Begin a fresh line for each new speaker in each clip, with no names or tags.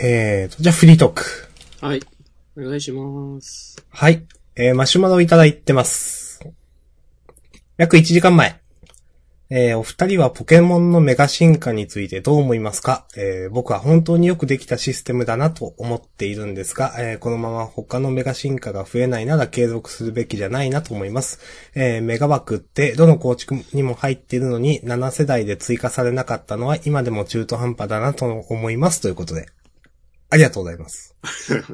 えーと、じゃあフリートーク。
はい。お願いします。
はい。えー、マシュマロいただいてます。約1時間前。えー、お二人はポケモンのメガ進化についてどう思いますかえー、僕は本当によくできたシステムだなと思っているんですが、えー、このまま他のメガ進化が増えないなら継続するべきじゃないなと思います。えー、メガ枠ってどの構築にも入っているのに7世代で追加されなかったのは今でも中途半端だなと思いますということで。ありがとうございます。
ありが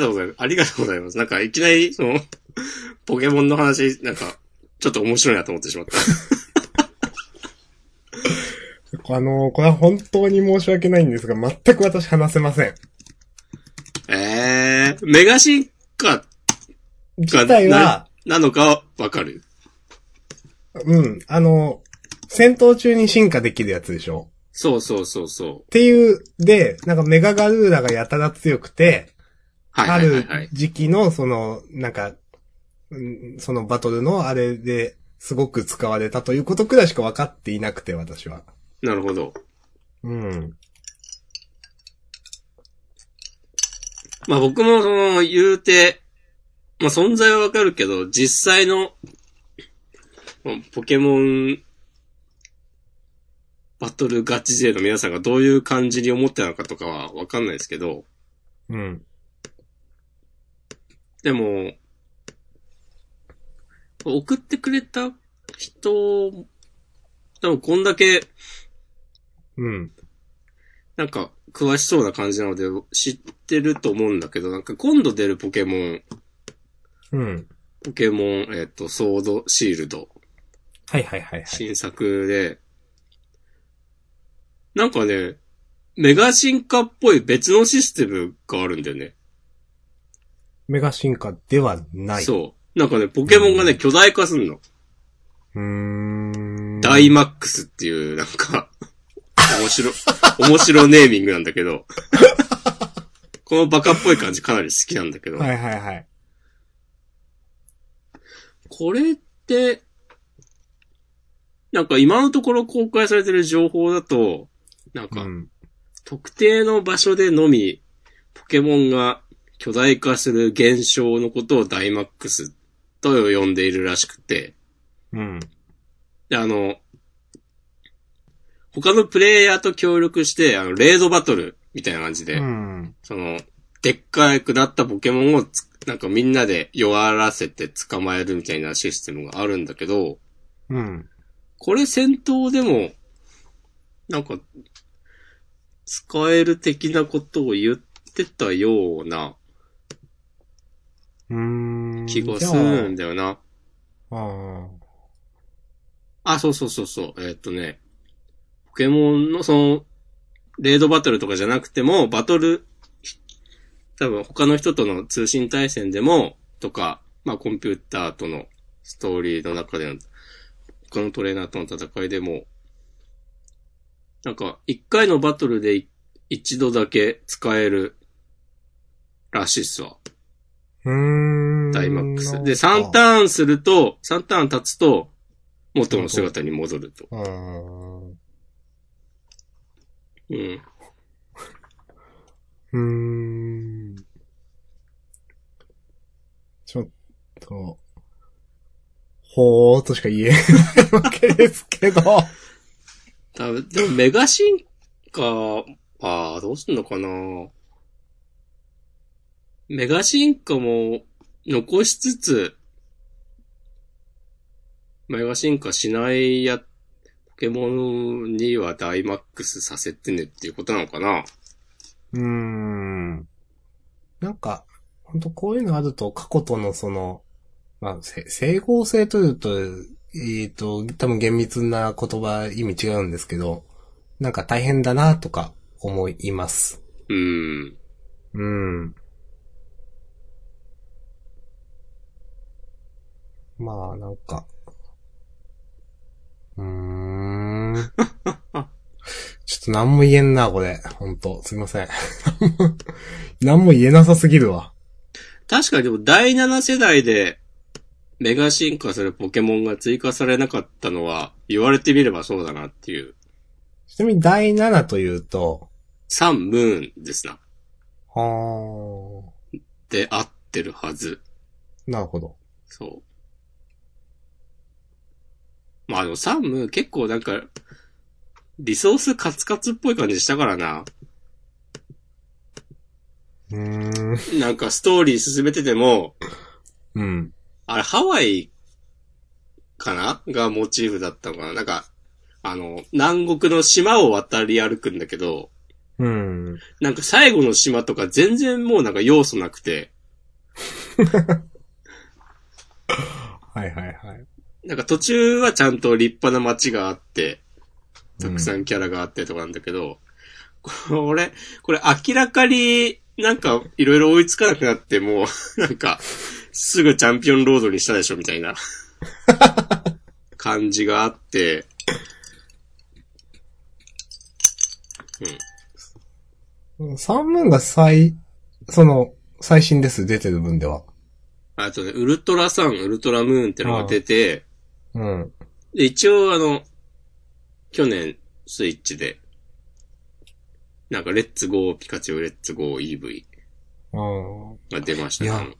とうございます。ありがとうございます。ありがとうございます。なんか、いきなり、その、ポケモンの話、なんか、ちょっと面白いなと思ってしま った。
あの、これは本当に申し訳ないんですが、全く私話せません。
えー、メガ進化
自
が
体は
な、、なのかわかる。
うん、あの、戦闘中に進化できるやつでしょ
そうそうそうそう
っ。ていう、で、なんかメガガルーラがやたら強くて、
はいはいはい、は
ある
い。
時期の、その、なんか、うんそのバトルのあれで、すごく使われたということくらいしか分かっていなくて、私は。
なるほど。
うん。
まあ僕もその、言うて、まあ存在はわかるけど、実際の、まあポケモン、バトルガチ勢の皆さんがどういう感じに思ってたのかとかはわかんないですけど、
うん。
でも、送ってくれた人、でもこんだけ、
うん。
なんか、詳しそうな感じなので、知ってると思うんだけど、なんか今度出るポケモン、
うん。
ポケモン、えっ、と、ソード、シールド、
はいはいはいはい。
新作で、なんかね、メガ進化っぽい別のシステムがあるんだよね。
メガ進化ではない。
そう。なんかね、ポケモンがね、巨大化すんの。
う。うーん。
ダイマックスっていう、なんか、面白、面白ネーミングなんだけど、このバカっぽい感じかなり好きなんだけど、
はいはいはい。
これって、なんか今のところ公開されてる情報だと、なん
う
か、
ん。
特定の場所でのみ、ポケモンが巨大化する現象のことをダイマックスと呼んでいるらしくて、
うん。
で、あの、他のプレイヤーと協力して、あの、レードバトルみたいな感じで、
うん。
その、でっかくなったポケモンをつ、なんかみんなで弱らせて捕まえるみたいなシステムがあるんだけど、
うん。
これ戦闘でも、なんか、使える的なことを言ってたような
うーん。
気がするんだよな。
ああ。
あ、そうそうそうそう。えーっとね、ポケモンのその、レードバトルとかじゃなくても、バトル、多分他の人との通信対戦でも、とか、まあコンピューターとのストーリーの中での、他のトレーナーとの戦いでも、なんか、一回のバトルでい一度だけ使えるらしいっすわ。
うーん。
ダイマックス。で、3ターンすると、3ターン経つと、元の姿に戻ると。
ーン。う
う
ー
ん。
ん。ちょっと、ほーとしか言えないわけですけど。
多分、でもメガ進化は、どうすんのかなメガ進化も残しつつ、メガ進化しないや、ポケモンにはダイマックスさせてねっていうことなのかな
うーん。なんか、本当こういうのあると過去とのその、まあ、せ整合性というと、えっ、と、多分厳密な言葉意味違うんですけど、なんか大変だなとか思います。
うん。
うん。まあ、なんか。うーん。ちょっと何も言えんな、これ。ほんと。すいません。 何も言えなさすぎるわ。
確かにでも第7世代でメガ進化するポケモンが追加されなかったのは言われてみればそうだなっていう。
ちなみに第7というと、
サン、ムーンですな。
あー。
で、合ってるはず。
なるほど。
そう。まあでもサム結構なんか、リソースカツカツっぽい感じしたからな。
うーん。
なんかストーリー進めてても、
うん。
あれハワイかながモチーフだったのかななんか、あの、南国の島を渡り歩くんだけど、
うん。
なんか最後の島とか全然もうなんか要素なくて、
はいはいはい。
なんか途中はちゃんと立派な街があって、たくさ
うん
キャラがあってとかなんだけど、これ、これ明らかになんかいろいろ追いつかなくなってもう、 なんかすぐチャンピオンロードにしたでしょみたいな感じがあって、
ん。サンムーンが最、その、最新です、出てる分では。
あとね、ウルトラサン、ウルトラムーンってのが出て、
うん。
で、一応あの、去年、スイッチで、なんか、レッツゴーピカチュウ、レッツゴー EV
うん。
が出ました
いや
ね。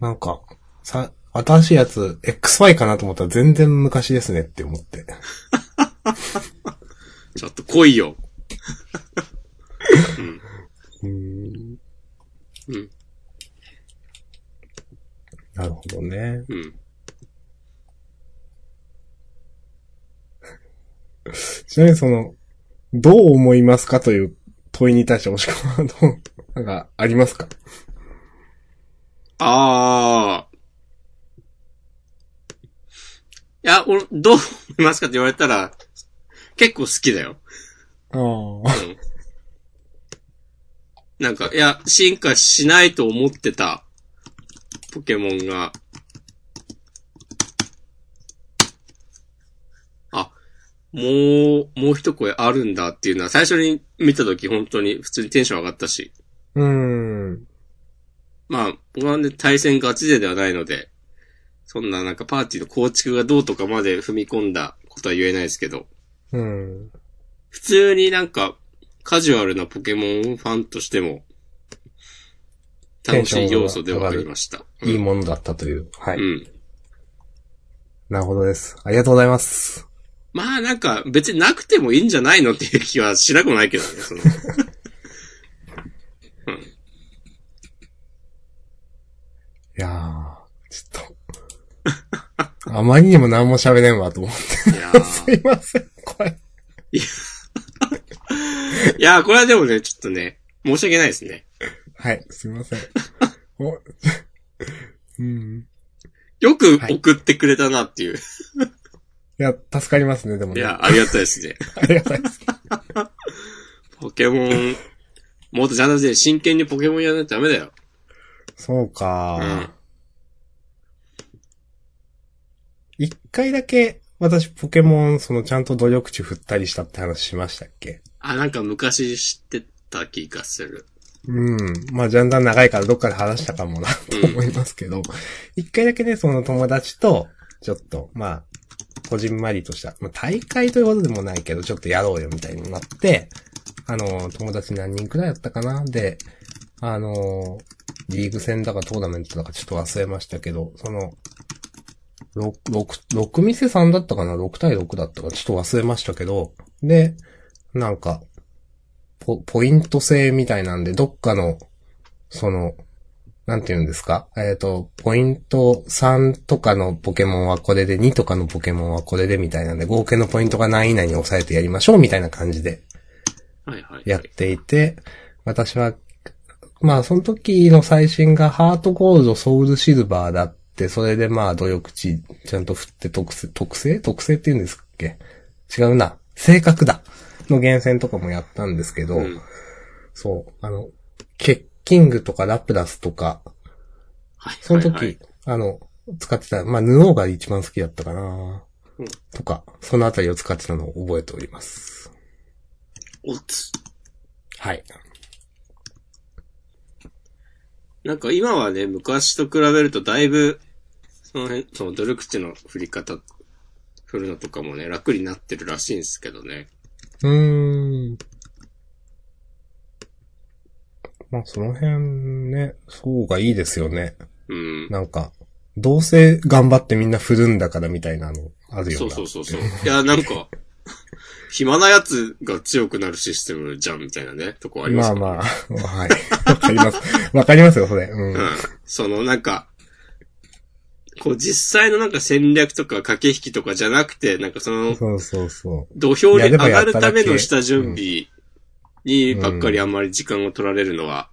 なんか、さ、新しいやつ、XY かなと思ったら全然昔ですねって思って。
ちょっと来いよ。
うん。
うん、
なるほどね。
うん。
ちなみにその、どう思いますかという問いに対して、もしくは、どう、なんか、ありますか
あー。いや、俺、どう思いますかって言われたら、結構好きだよ。
ああ。
うん。なんか、いや、進化しないと思ってた、ポケモンが。あ、もう、もう一声あるんだっていうのは、最初に見たとき本当に普通にテンション上がったし。
うん。
まあ、僕はね、対戦ガチ勢ではないので、そんななんかパーティーの構築がどうとかまで踏み込んだことは言えないですけど、
うん。
普通になんか、カジュアルなポケモンファンとしても、楽しい要素ではありました。
いいものだったという。は
う
い。
ん。
なるほどです。ありがとうございます。
まあなんか、別になくてもいいんじゃないのっていう気はしなくもな いけどね、その。
いやー、ちょっ と。あまりにも何も喋れんわと思って。
いやー
すいません、これ。
いやーこれはでもね、ちょっとね、申し訳ないですね。
はい、すいません。 お、うん。
よく
はい
送ってくれたなっていう。
いや、助かりますね、でも
い
ね。
や、ありがたいですね。
ありがたいです。
ポケモン、もっとちゃんとして真剣にポケモンやらないとダメだよ。
そうかー
うん。
一回だけ、私、ポケモン、その、ちゃんと努力値振ったりしたって話しましたっけ
あ、なんか昔知ってた気がする。
うん。まあ、ジャンダン長いからどっかで話したかもな、
う
と
ん。
思いますけど、一回だけね、その友達と、ちょっと、まあ、こじんまりとした、まあ、大会ということでもないけど、ちょっとやろうよ、みたいになって、あの、友達何人くらいだったかなで、あの、リーグ戦だかトーナメントだかちょっと忘れましたけど、その、6、6、6店さんだったかな ?6 対6だったかちょっと忘れましたけど、で、なんか、ポ、ポイント制みたいなんで、どっかの、その、なんて言うんですかえっ、と、ポイント3とかのポケモンはこれで、2とかのポケモンはこれでみたいなんで、合計のポイントが何位以内に抑えてやりましょうみたいな感じで
はいはい。
やっていて、私は、まあその時の最新がハートゴールド、ソウルシルバーだって、それでまあ努力値ちゃんと振って特性、特性特性って言うんですっけ違うな。性格だ。の厳選とかもやったんですけど、
うん。
そう、あの、ケッキングとかラプラスとか、
はい
その時、
はいはい
あの、使ってた、まあ、布が一番好きだったかな、
うん
とか、そのあたりを使ってたのを覚えております。
おつ。
はい。
なんか今はね、昔と比べるとだいぶ、その辺、その努力値の振り方、振るのとかもね、楽になってるらしいんですけどね。
うーん。まあその辺ね、そうがいいですよね。
うん。
なんか、どうせ頑張ってみんな振るんだからみたいなのあるよ
そ
な。
うそうそうそう。いや、なんか、 暇なやつが強くなるシステムじゃんみたいなね、とこありま
ますあ
か
ま
ら
あ、 はい。わかります。わかりますよ、それ。うん。
うん。そのなんか、こう実際のなんか戦略とか駆け引きとかじゃなくて、なんかその
そうそうそ
土俵に
やれ
上
ばやっ
が
た
る
だけ
ための下準備に
うん
ばっかりあんまり時間を取られるのは、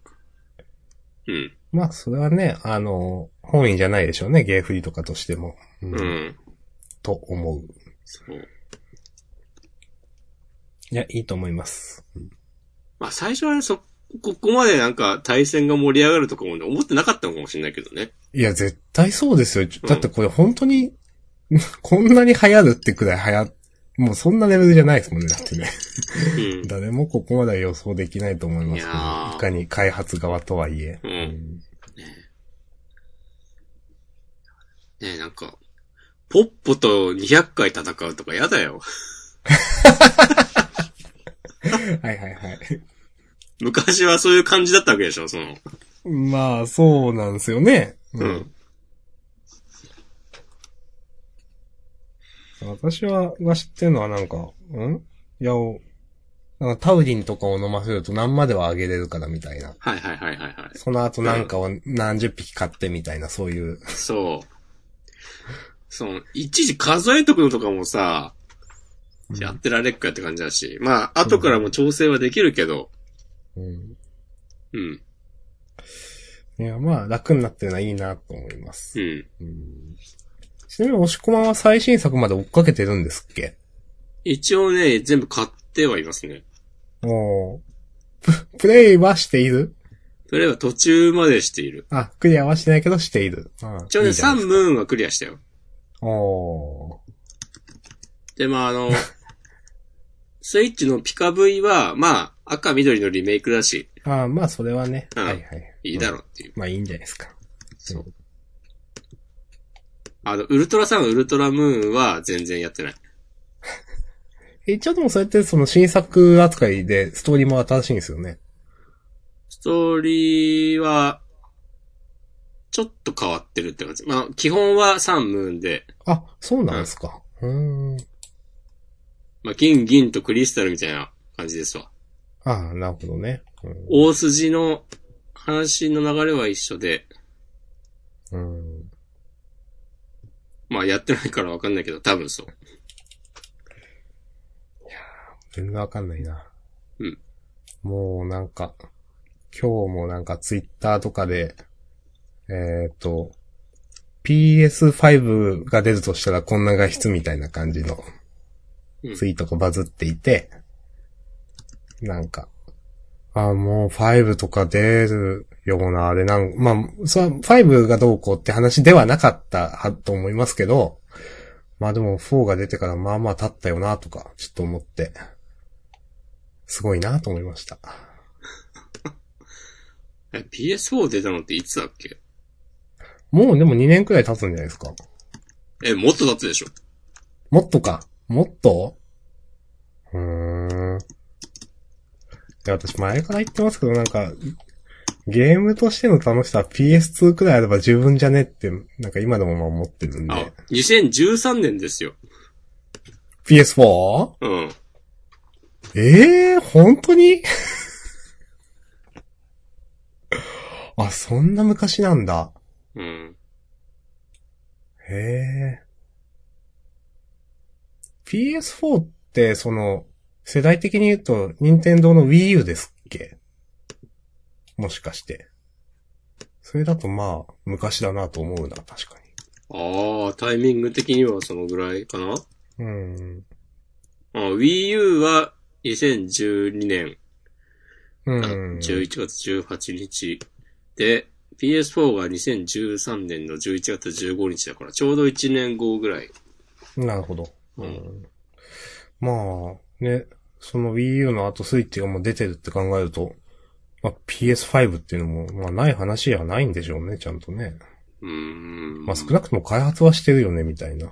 うん、
う。まあ、それはね、あの、本意じゃないでしょうね、ゲーフリとかとしても。うん
うん。
と思う。
そう。
いや、いいと思います。
まあ最初はね、そ、ここまでなんか対戦が盛り上がるとかもね、思ってなかったのかもしれないけどね。
いや、絶対そうですよ。
うん
だってこれ本当に、 こんなに流行るってくらい流行、もうそんなレベルじゃないですもんね、だってね。
うん。
誰もここまでは予想できないと思いますけど、
いやー
いかに開発側とはいえ。
うん
ん
ねえ、なんか、ポッポと200回戦うとかやだよ。
はいはいはい。
昔はそういう感じだったわけでしょ、その。
まあ、そうなんですよね。う。
うんん。
私は、が知ってるのはなんか、んいや、おなんかタウリンとかを飲ませると何まではあげれるからみたいな。
はいはいはいはいはい。
その後なんかを何十匹買ってみたいな、そういう。
そう。その、一時数えとくのとかもさ、やってられっかって感じだし、まあ、後からも調整はできるけど、
うん。
うん、
いや、まあ、楽になってるのはいいなと思いま
う
す。
ん。
うんちなみに、押し込まんは最新作まで追っかけてるんですっけ
一応ね、全部買ってはいますね。
もう、ププレイはしている
それは途中までしている。
あ、クリアはしてないけどしている。うん
一応ね、
いいじゃ
サ
ん
ンムーンはクリアしたよ。
おー。
で、まあ、あの、スイッチのピカ V は、まあ、赤緑のリメイクだし、
ああ、まあ、それはね。
うん
はいはい。
いいだろうっていう。
まあ、いいんじゃないですか。そう。
あの、ウルトラサン、ウルトラムーンは全然やってない。
一応でもそうやってその新作扱いでストーリーも新しいんですよね。
ストーリーは、ちょっと変わってるって感じ。まあ、基本はサンムーンで、
あ、そうなんですか。うーん。
まあ、金、銀とクリスタルみたいな感じですわ。
ああ、なるほどね。う
大筋の話の流れは一緒で、
ん。うん
まあ、やってないからわかんないけど、多分そう。
全然わかんないな。
うん。
もうなんか、今日もなんかツイッターとかで、えっ、と、PS5 が出るとしたらこんな画質みたいな感じの
うん
ツイートがバズっていて、なんか、あもう5とか出るようなあれなん、まあ、それは5がどうこうって話ではなかったはと思いますけど、まあでも4が出てからまあまあ経ったよなとか、ちょっと思って、すごいなと思いました。
え、PS4 出たのっていつだっけ
もうでも2年くらい経つんじゃないですか。
え、もっと経つでしょ。
もっとか。もっとうーん。で、私前から言ってますけど、なんか、ゲームとしての楽しさは PS2 くらいあれば十分じゃねって、なんか今でもまあ思ってるん
あ
で。、
2013年ですよ。
PS4?
うん。
ええー、本当にあ、そんな昔なんだ。
うん。
へえ。PS4 って、その、世代的に言うと、任天堂の Wii U ですっけもしかして。それだとまあ、昔だなと思うな、確か
ああ、タイミング的にはそのぐらいかな
に。うん。
あ Wii U は2012年
うん。
11月18日で、PS4 が2013年の11月15日だから、ちょうど1年後ぐらい。
なるほど。
うん
まあ、ね、その Wii U の後スイッチがもう出てるって考えると、まあ、PS5 っていうのも、まあない話やないんでしょうね、ちゃんとね。
うーん。
まあ少なくとも開発はしてるよね、みたいな。
い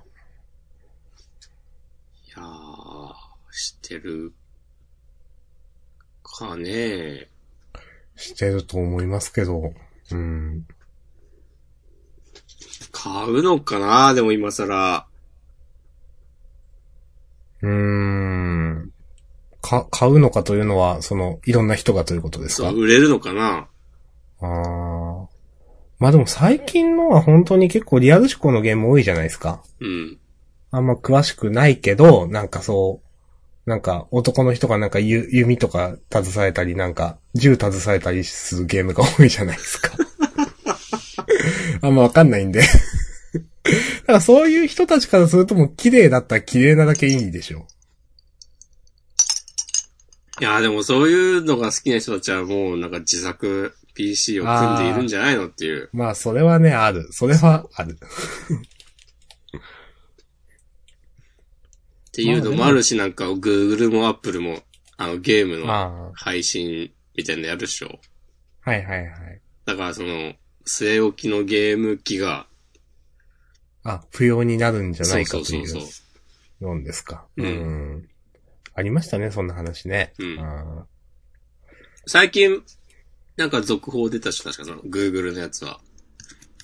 やー、してるかね
してると思いますけど、うん。
買うのかなでも今更。
うーん。か、買うのかというのは、その、いろんな人がということです
そ
か
う、売れるのかな
あーまあでも最近のは本当に結構リアル思考のゲーム多いじゃないですか。
うん。
あんま詳しくないけど、なんかそう、なんか男の人がなんかゆ弓とか携えたり、なんか銃携えたりするゲームが多いじゃないです か。あんまわかんないんで。だからそういう人たちからするともう綺麗だったら綺麗なだけいいでしょ。
いや、でもそういうのが好きな人たちはもうなんか自作 PC を組んでいるんじゃないのっていう。
まあそれはね、ある。それはある。
っていうのもあるし、なんか Google も Apple も、あのゲームの
あ
配信みたいなのやるでしょ。
あ。はいはいはい。
だからその、据え置きのゲーム機が、
あ、不要になるんじゃな
そう
いか
そう
とい
そう
う
そう。
のですか。
うん
ん。ありましたね、そんな話ね。
うん
あ
最近、なんか続報出たし、確かその Google のやつは、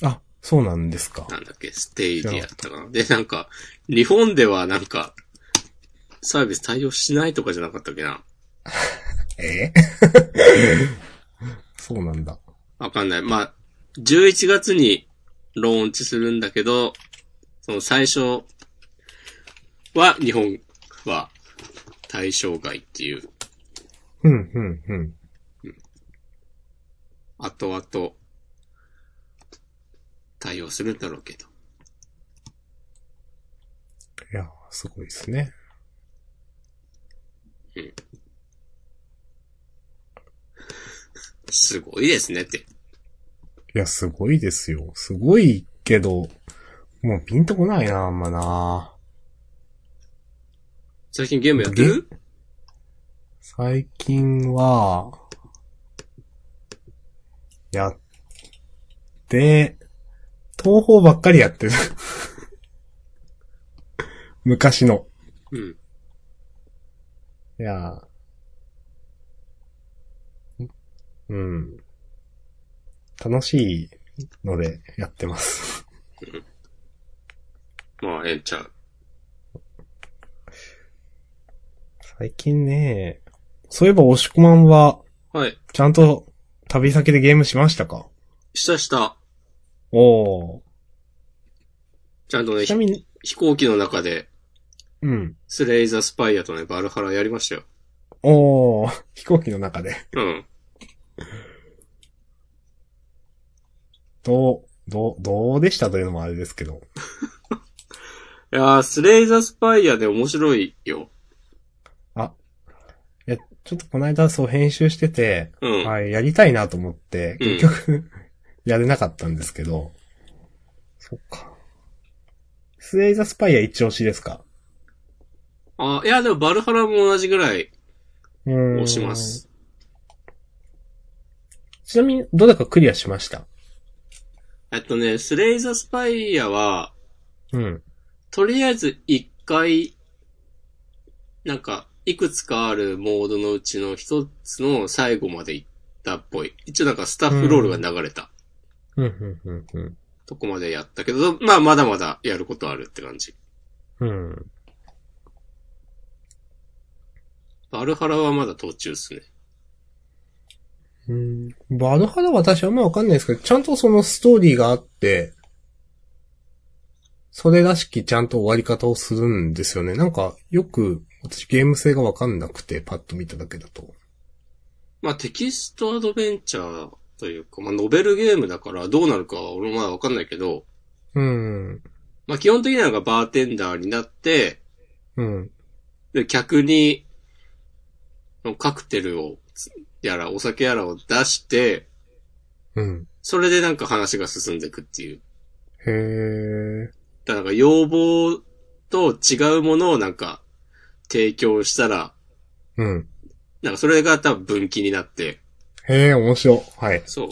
ーあ、そうなんですか。
なんだっけ、ステイディアだったかな。で、なんか、日本ではなんか、サービス対応しないとかじゃなかったっけな。
え そうなんだ。
わかんない。まあ、11月にローンチするんだけど、その最初は日本は対象外っていう。
うん、うん、うん。
後々対応するんだろうけど。
いや、すごいですね
うん。すごいですねって。
いや、すごいですよ。すごいけど、もうピンとこないな、あんまな。
最近ゲームやってる
最近は、やって、東方ばっかりやってる。 昔の。
うん。
いやーうん。楽しいのでやってます。
まあ、ええんちゃう。
最近ね、そういえば押し込まんは、
はい。
ちゃんと旅先でゲームしましたか
したした。
おー。
ちゃんとね、
ちな
ひ
みに、
飛行機の中で、
うん。
スレイザースパイアとね、バルハラやりましたよ。
おー、飛行機の中で。
うん。
どう、どう、どうでしたというのもあれですけど。
いやー、スレイザースパイアで面白いよ。
いや、ちょっとこの間そう編集してて、
うん。
はい、やりたいなと思って、
うん
結局、 やれなかったんですけど。そっか。スレイザースパイア一押しですか
あ、いや、でもバルハラも同じぐらいう
ーん
押しま。す。
ちなみに、どれかクリアしました
えっとね、スレイザースパイアは、
うん。
とりあえず一回、なんか、いくつかあるモードのうちの一つの最後まで行ったっぽい。一応なんかスタッフロールが流れた
うん、うん、うん、
とこまでやったけど、まあまだまだやることあるって感じ。
うん。うん。
バルハラはまだ途中っすね。
うん、バルハラは私あんまわかんないですけど、ちゃんとそのストーリーがあって、それらしきちゃんと終わり方をするんですよね。なんか、よく、私ゲーム性がわかんなくて、パッと見ただけだと。
まあテキストアドベンチャーというか、まあノベルゲームだからどうなるかは俺もまだわかんないけど、
うん。
まあ基本的にはなんかバーテンダーになって、
うん。
で、客に、カクテルを、やら、お酒やらを出して、
うん。
それでなんか話が進んでいくっていう。
へー。
だからなんか要望と違うものをなんか提供したら、
うん。
なんかそれが多分分岐になって、
へー、面白。はい。
そう。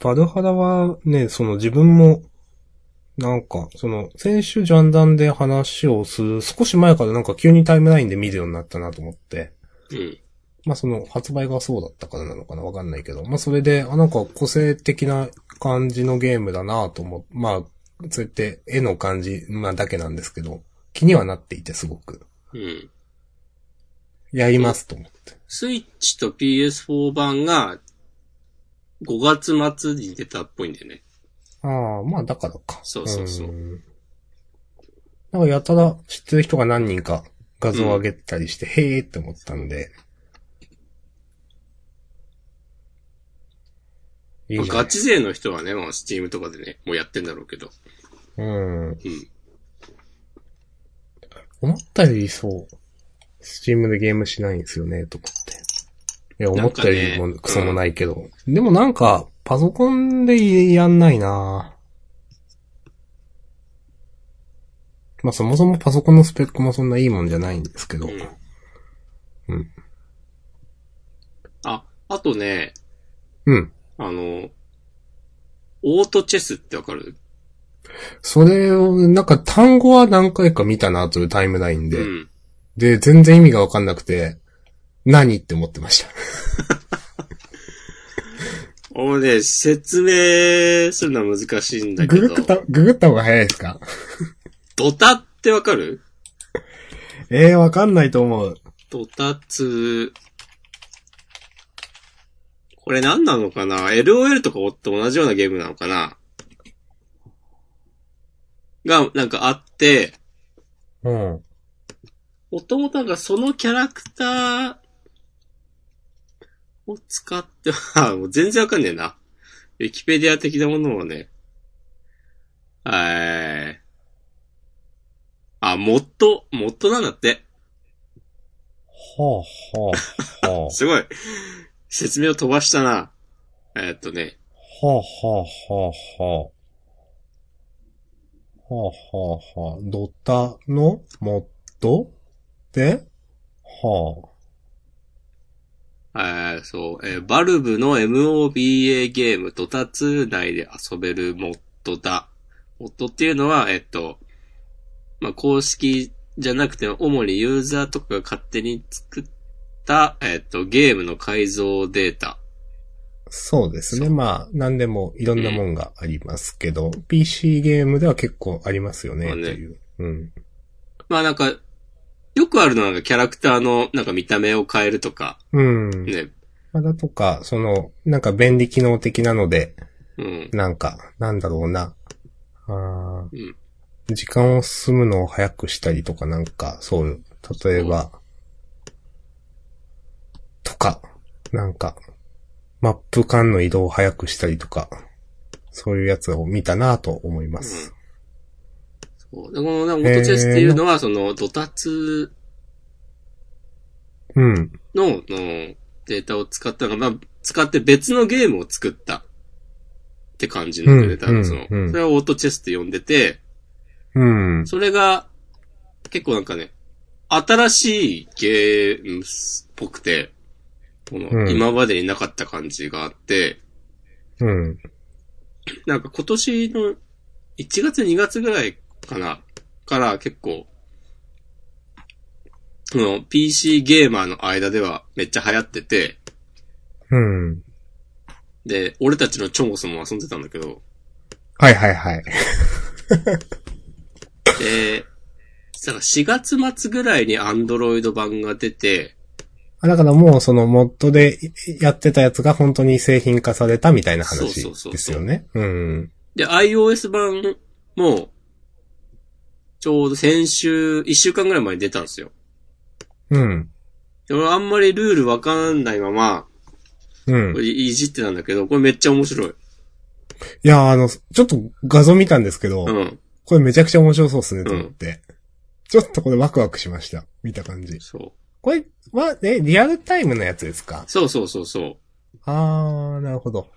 バルハラはね、その自分も、なんか、その、先週ジャンダンで話をする、少し前からなんか急にタイムラインで見るようになったなと思って。
うん。
まあその発売がそうだったからなのかなわかんないけど。まあそれで、あ、なんか個性的な感じのゲームだなと思う。まあ、そうやって絵の感じ、まあだけなんですけど、気にはなっていてすごく。
うん。
やりますと思って。
スイッチと PS4 版が5月末に出たっぽいんだよね。
ああ、まあだからか。
そうそうそうん
なんかやたら知ってる人が何人か画像を上げてたりして、へえって思ったんで。いいじゃない
ガチ勢の人はね、まあ、スチームとかでね、もうやってんだろうけど。
うん。思ったよりそう。スチームでゲームしないんですよね、と思って。いや、思ったより
なんか
も
ね
クソもないけど。でもなんか、パソコンでやんないなまあそもそもパソコンのスペックもそんないいもんじゃないんですけど。
う
うんん。
あ、あとね、
うん。
あの、オートチェスってわかる
それを、なんか単語は何回か見たなというタイムラインで。
うん。
で、全然意味がわかんなくて、何って思ってました。
俺ね、説明するのは難しいんだけ
グ
ど
グっ、た、ググった方が早いですか
ドタってわかる
ええわかんないと思う。
ドタツこれ何なのかな ?LOL とかと同じようなゲームなのかなが、なんかあって、
うん。
もともとなんかそのキャラクターを使って、 あもう全然わかんねえな。ウィキペディア的なものをね、えー、あ、モッド、モッドなんだって。
はあ、はあ、は
すごい。説明を飛ばしたな。えーっとね、
あ、はあ、はあ、はあ、はあ。はあ、はあ、はあ。ドタのモッドで、は
えーそう、えーバルブの MOBA ゲーム、ドタ2内で遊べるモッドだ。モッドっていうのは、えっと、まあ、公式じゃなくて、主にユーザーとかが勝手に作った、えっと、ゲームの改造データ。
あ。そうですね。まあ、何でもいろんなもんがありますけど、PC ゲームでは結構ありますよね、
まあ
と
ね
いう。うん。
まあ、なんか、よくあるのはなんかキャラクターのなんか見た目を変えるとか、
うん。
ね。
まあだとか、その、なんか便利機能的なので、
うん。
なんか、なんだろうな。あー
うん
時間を進むのを早くしたりとか、なんか、そういう、例えば、とか、なんか、マップ間の移動を早くしたりとか、そういうやつを見たなと思います。
そうでこの、なんか、オートチェスっていうのは、その、ドタ2
うん。
の、の、データを使ったのが、まあ、使って別のゲームを作ったって感じなんだよね、
うん
多分その、
うんうん
それはオートチェスって呼んでて、
うん。
それが、結構なんかね、新しいゲームっぽくて、この、
うん
今までになかった感じがあって、
うん。
なんか今年の1月2月ぐらいかな、から結構、その PC ゲーマーの間ではめっちゃ流行ってて、
うん。
で、俺たちのチョモスも遊んでたんだけど、
はいはいはい。
で、なんか4月末ぐらいにアンドロイド版が出て、
あだからもうそのモッドでやってたやつが本当に製品化されたみたいな話
そうそうそうそう
ですよね。うん。
で、iOS 版も、ちょうど先週、1週間ぐらい前に出たんですよ。
うん。
で俺あんまりルールわかんないまま、
うん
こ。れいじってたんだけど、これめっちゃ面白い。
いや、あの、ちょっと画像見たんですけど、
うん。
これめちゃくちゃ面白そうっすね、と思って、ちょっとこれワクワクしました。見た感じ。
そう。
これは、え、リアルタイムのやつですか
そうそうそうそう。
あー、なるほど。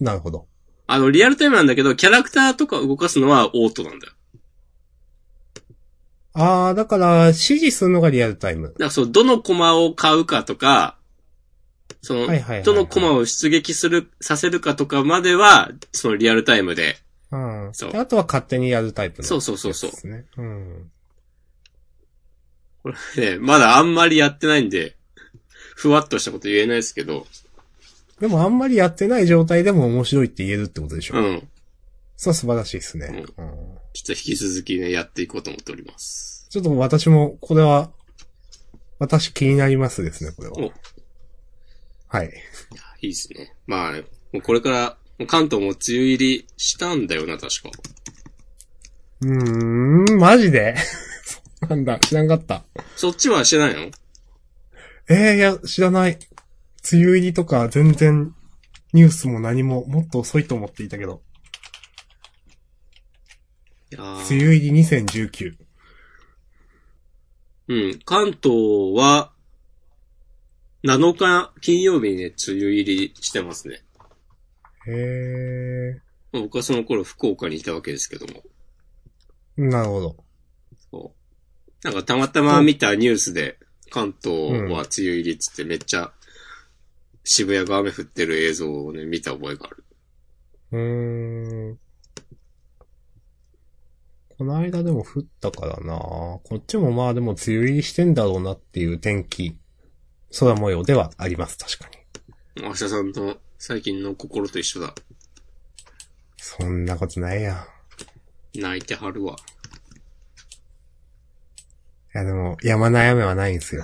なるほど。
あの、リアルタイムなんだけど、キャラクターとか動かすのはオートなんだよ。
あー、だから、指示するのがリアルタイム。
だからそう、どのコマを買うかとか、その、
はいはいはいはい
どのコマを出撃する、させるかとかまでは、そのリアルタイムで。
うん。
そう
であとは勝手にやるタイプの、
そうそうそうそう
ですね。うん。
これね、まだあんまりやってないんで、ふわっとしたこと言えないですけど、
でもあんまりやってない状態でも面白いって言えるってことでしょ。
うん。
そう素晴らしいですね、うん
ちょっと引き続きね、やっていこうと思っております。
ちょっと私も、これは、私気になりますですね、これ
お、い
は。はい。
やいいですね。まあ、もうこれから、もう関東も梅雨入りしたんだよな、確か。
うーん、マジで そうなんだ、知らんかった。
そっちはしてないの
ええいや、知らない。梅雨入りとか全然、ニュースも何も、もっと遅いと思っていたけど。
いやー
梅雨入り2019。
うん。関東は、7日金曜日にね、梅雨入りしてますね。
へえ。
まあ僕はその頃福岡にいたわけですけども。
なるほど。
そうなんかたまたま見たニュースで、関東は
うん
梅雨入りっつってめっちゃ渋谷が雨降ってる映像をね、見た覚えがある。
うーん。この間でも降ったからなこっちもまあでも梅雨入りしてんだろうなっていう天気、空模様ではあります、確かに。
明日さんと最近の心と一緒だ。
そんなことないやん。い
泣いてはるわ。
やでも、やまない雨はないんですよ。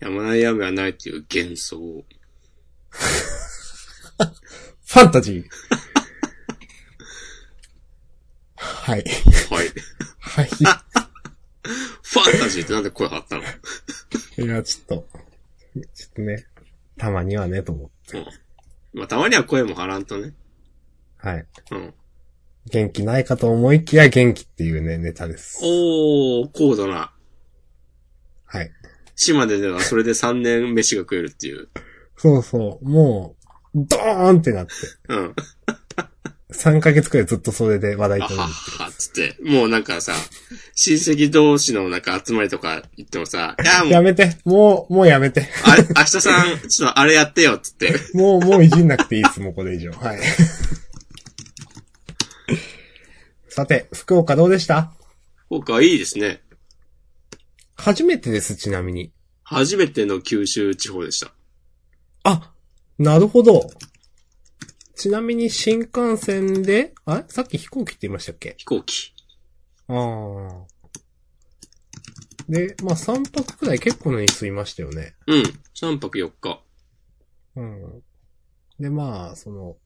やまない雨はないっていう幻想。
ファンタジー はい。
はい。
はい。
ファンタジーってなんで声張ったの
いや、ちょっと、ちょっとね、たまにはね、と思う。
うん。まあ、たまには声も張らんとね。
はい。
うん。
元気ないかと思いきや元気っていうね、ネタです。
おー、高度な。
はい。
島根ではそれで3年飯が食えるっていう。
そうそう、もう、ドーンってなって、
うん。
3ヶ月くらいずっとそれで話題
あ
と
はっは、つって。もうなんかさ、親戚同士のなんか集まりとか行ってもさ、いや、も
や
う、
めて、もう、もうやめて。
あれ、明日さん、ちょっとあれやってよ、つって。
もう、もういじんなくていいです、もうこれ以上。はい。さて、福岡どうでした
僕はいいですね。
初めてです、ちなみに。
初めての九州地方でした。
あ、なるほど。ちなみに新幹線で、あれさっき飛行機って言いましたっけ
飛行機。
ああ。で、まあ3泊くらい結構のに住みましたよね。
うん。3泊4日。
うん。で、まあ、その、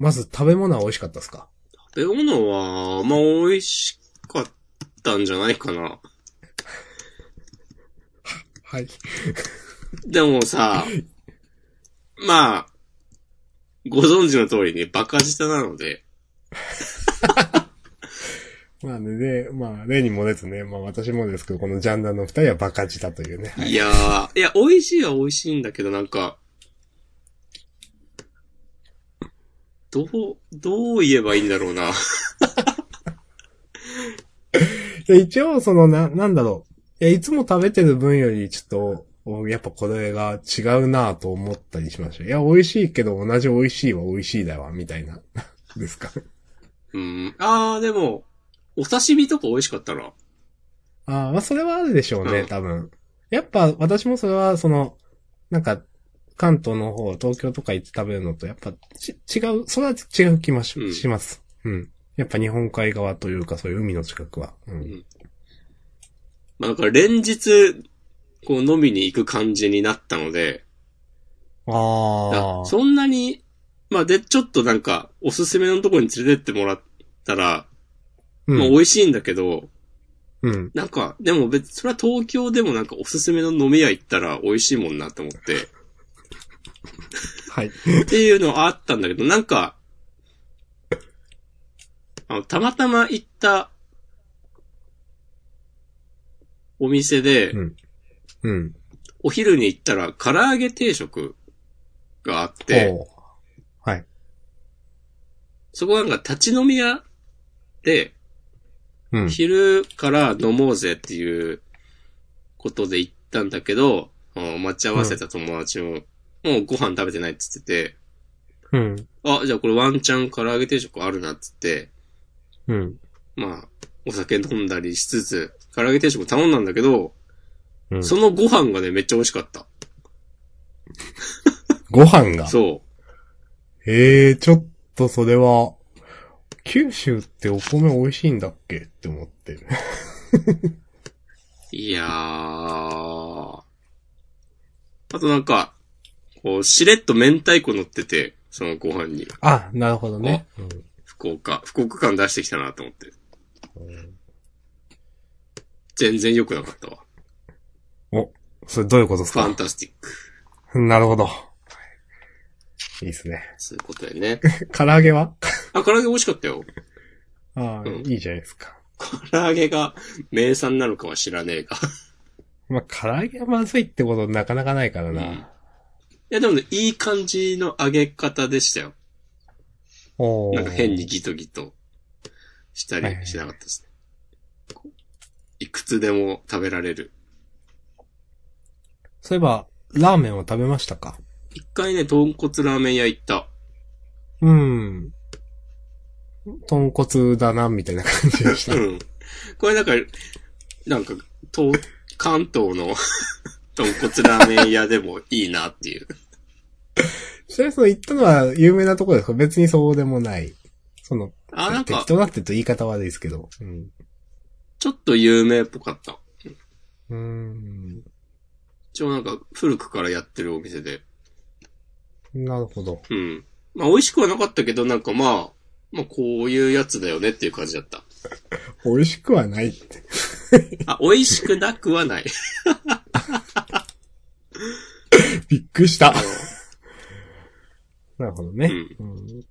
まず食べ物は美味しかったですか
食べ物は、まあ、美味しかったんじゃないかな。
はい。
で もさ、まあ、ご存知の通りね、バカ舌なので、
まあね、で、まあ、例にもですね、まあ私もですけど、このジャンダーの二人はバカ舌というね。 はい
いやー、いや、美味しいは美味しいんだけど、なんか、どう、どう言えばいいんだろうな。
で一応、その、な、なんだろう。いや、いつも食べてる分より、ちょっと、おやっぱこれが違うなぁと思ったりしました。いや、美味しいけど、同じ美味しいは美味しいだわ、みたいな。 ですか。
うん。あー、でも、お刺身とか美味しかったな。
ああ、まあ、それはあるでしょう
う
ね、
ん
多分。やっぱ、私もそれは、その、なんか、関東の方、東京とか行って食べるのと、やっぱ、ち、違う、それは違う気もし,、
うん
します。うん。やっぱ日本海側というか、そういう海の近くは。うん。
んまあ、だから連日、こう飲みに行く感じになったので、
ああ。
そんなに、まあ、で、ちょっとなんか、おすすめのところに連れてってもらったら、
う
まあ、
ん。
美味しいんだけど、
うん。
なんか、でも別、それは東京でもなんかおすすめの飲み屋行ったら美味しいもんなと思って、
はい。
っていうのはあったんだけど、なんか、あの、たまたま行ったお店で、
うんうん。
お昼に行ったら唐揚げ定食があって、
おうはい。
そこなんか立ち飲み屋で、
うん。
昼から飲もうぜっていうことで行ったんだけど、あの待ち合わせた友達も、もうご飯食べてないって言ってて、
うん。
あ、じゃあこれワンチャン唐揚げ定食あるなって言って、
うん。
まあ、お酒飲んだりしつつ、唐揚げ定食頼んだんだけど、
うん。
そのご飯がね、めっちゃ美味しかった。
ご飯が。
そ
ええちょっとそれは、九州ってお米美味しいんだっけって思って。
う。いやー。あとなんか、こう、しれっと明太子乗ってて、そのご飯に、
あ、なるほどね。
福岡、福岡感出してきたなと思って。全然良くなかったわ。
お、それどういうことです
ファ
か
ンタスティック。
なるほど。いいですね。
そういうことだよね。
唐揚げは
あ、唐揚げ美味しかったよ。
ああ、
うん
いいじゃないですか。
唐揚げが名産なのかは知らねえが。
まあ、唐揚げはまずいってことなかなかないからな。
うんいやでもね、いい感じの揚げ方でしたよ。
おー
なんか変に。ギトギトした
はいはい
りしなかったですね。こういくつでも食べられる。
そういえば、ラーメンを食べましたか
一回ね、豚骨ラーメン屋行った。
うん。豚骨だな、みたいな感じでし
う
た。
ん。これなんか、なんか、東、関東の 豚骨ラーメン屋でもいいなっていう。
それその行ったのは有名なところですか別にそうでもない。その、
あ、なん
適
か、
当なって言うと言い方悪いですけど。うん。
ちょっと有名っぽかった。
うーん。
一応なんか、古くからやってるお店で。
なるほど。
うん。まあ、美味しくはなかったけど、なんかまあ、まあ、こういうやつだよねっていう感じだった。
美味しくはないって。
あ、美味しくなくはない。
びっくりした
あ。の
なるほどね。うん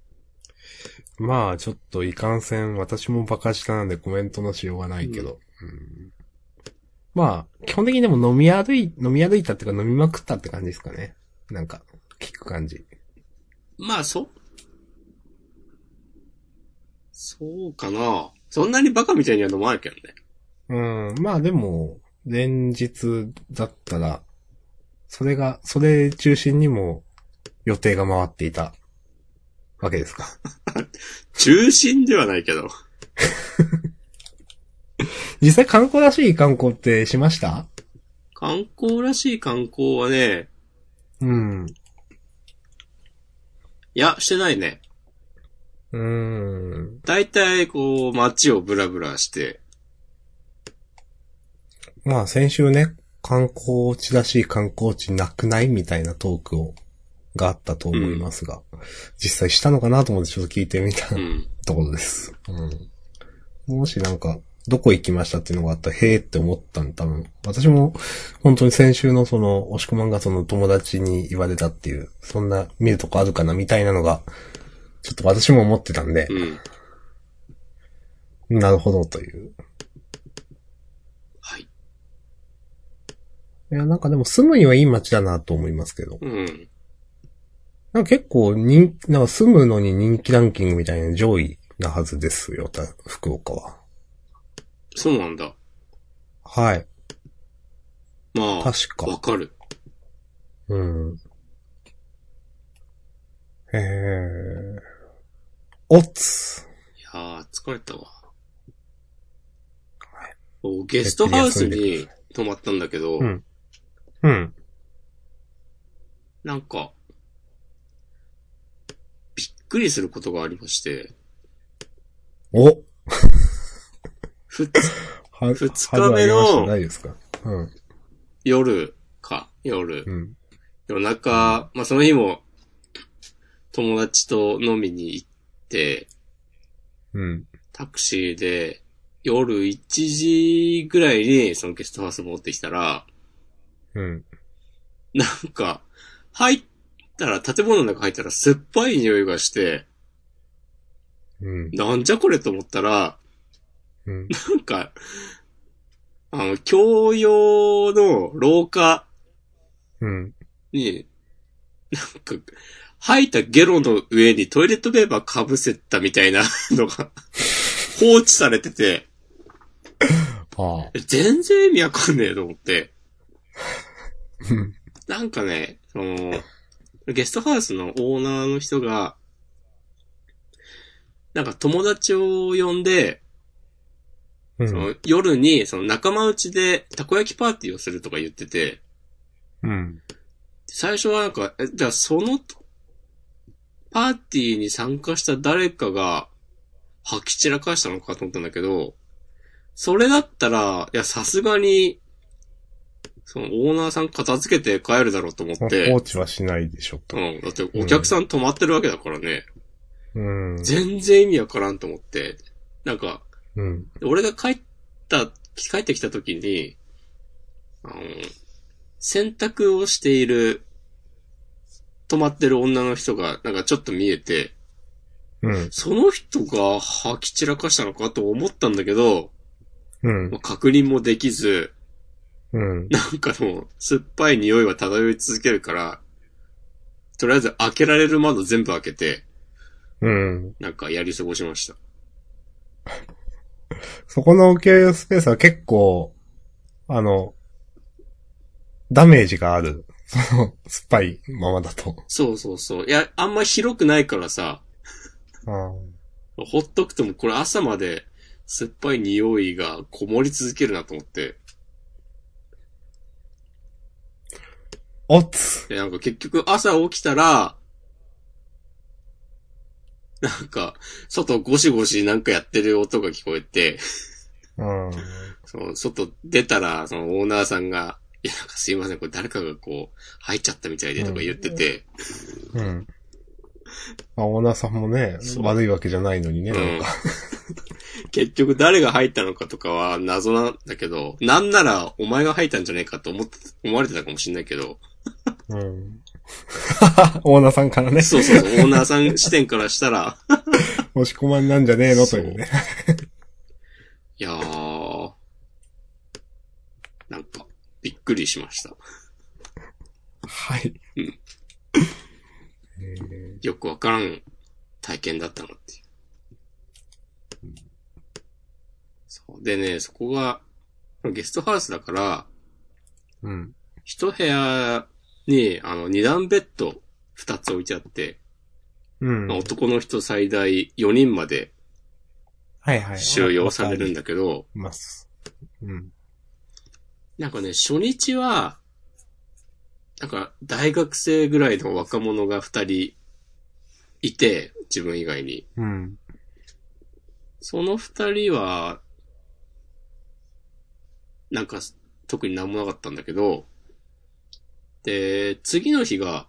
まあ、ちょっといかんせん、私もバカ舌なんでコメントのしようがないけど。うんまあ、基本的にでも飲み歩い、飲み歩いたっていうか飲みまくったって感じですかね。なんか、聞く感じ。
まあ、そ、そうかな。そんなにバカみたいには飲まないけどね。
うん、まあでも、連日だったら、それが、それ中心にも予定が回っていたわけですか。
中心ではないけど。
実際観光らしい観光ってしました
観光らしい観光はね、
うん。う
いや、してないね。
ーん。
だいたいこう、街をブラブラして、
まあ先週ね、観光地らしい観光地なくないみたいなトークを、があったと思いますが、実際したのかなと思ってちょっと聞いてみた
うん。
ところです。うん。もしなんか、どこ行きましたっていうのがあったら、へーって思ったんで多分。私も、本当に先週のその、押し込まんがその友達に言われたっていう、そんな見るとこあるかなみたいなのが、ちょっと私も思ってたんで、
うん。
なるほどという。
はい。
いや、なんかでも住むにはいい街だなと思いますけど。
うん。
なんか結構人気、なんか住むのに人気ランキングみたいな上位なはずですよ、た福岡は。
そうなんだ。
はい。
まあ、
確か。
わかる。
うん。へえ。おつ。
いやー、疲れたわ。おゲストハウスに泊まったんだけど、
うんうん。
なんか、びっくりすることがありまして、
おは、
ふ
は
二日目の
始まりました大丈夫ですかうん。
夜か、夜、
うん。
夜中、まあ、その日も、友達と飲みに行って、
うん。
タクシーで、夜1時ぐらいに、そのゲストハウス戻ってきたら、
うん。
なんか、入ったら、建物の中入ったら酸っぱい匂いがして、
うん。
なんじゃこれと思ったら、
うん。
なんか、あの、教養の廊下
うん。
に、なんか、吐いたゲロの上にトイレットペーパー被せたみたいなのが放置されてて、
はあ。
全然意味わかんねえと思って、
うん
なんかね、その、ゲストハウスのオーナーの人が、なんか友達を呼んで、
うん
その夜にその仲間内でたこ焼きパーティーをするとか言ってて、
うん。
最初はなんか、え、じゃあその、パーティーに参加した誰かが、吐き散らかしたのかと思ったんだけど、それだったら、いや、さすがに、そのオーナーさん片付けて帰るだろうと思っ
放
て、
置はしないでしょ、と
う。ん、だってお客さん泊まってるわけだからね、
うん。
全然意味わからんと思って、なんか、
うん。
俺が帰った、帰ってきた時に、あの、洗濯をしている、泊まってる女の人が、なんかちょっと見えて、
うん。
その人が吐き散らかしたのかと思ったんだけど、
うん
まあ。確認もできず、
うん。
なんかもう、酸っぱい匂いは漂い続けるから、とりあえず開けられる窓全部開けて、
うん。
なんかやり過ごしました。
そこの請負スペースは結構、あの、ダメージがある。 その、酸っぱいままだと。
そうそうそう。いや、あんま広くないからさ、
あ
ほっとくともこれ朝まで酸っぱい匂いがこもり続けるなと思って。
おつ
で、なんか結局朝起きたら、 なんか、外ゴシゴシなんかやってる音が聞こえて、
うん。
その外出たら、そのオーナーさんが、いや、なんかすいません、これ誰かがこう、入っちゃったみたいでとか言ってて、
うん。まあ、オーナーさんもね
そ、う
悪いわけじゃないのにね、
う
なん
ん
か。。
結局誰が入ったのかとかは謎なんだけど、なんならお前が入ったんじゃないかと思って、思われてたかもしれないけど、
うん。 オーナーさんからね、
そうそうそう、オーナーさん視点からしたら、
押し込まんなんじゃねえのというね。
いやー、なんか、びっくりしました。
はい。
うん
えー
よくわからん体験だったなっていう。そう。でね、そこが、ゲストハウスだから、
うん。
一部屋に、あの、二段ベッド二つ置いてあって、
うん。
まあ
はい
男の人最大4人まで
はい。
収容されるんだけど、
います。うん。
なんかね、初日は、なんか、大学生ぐらいの若者が二人いて、自分以外に。
うん。
その二人は、なんか、特になんもなかったんだけど、で、次の日が、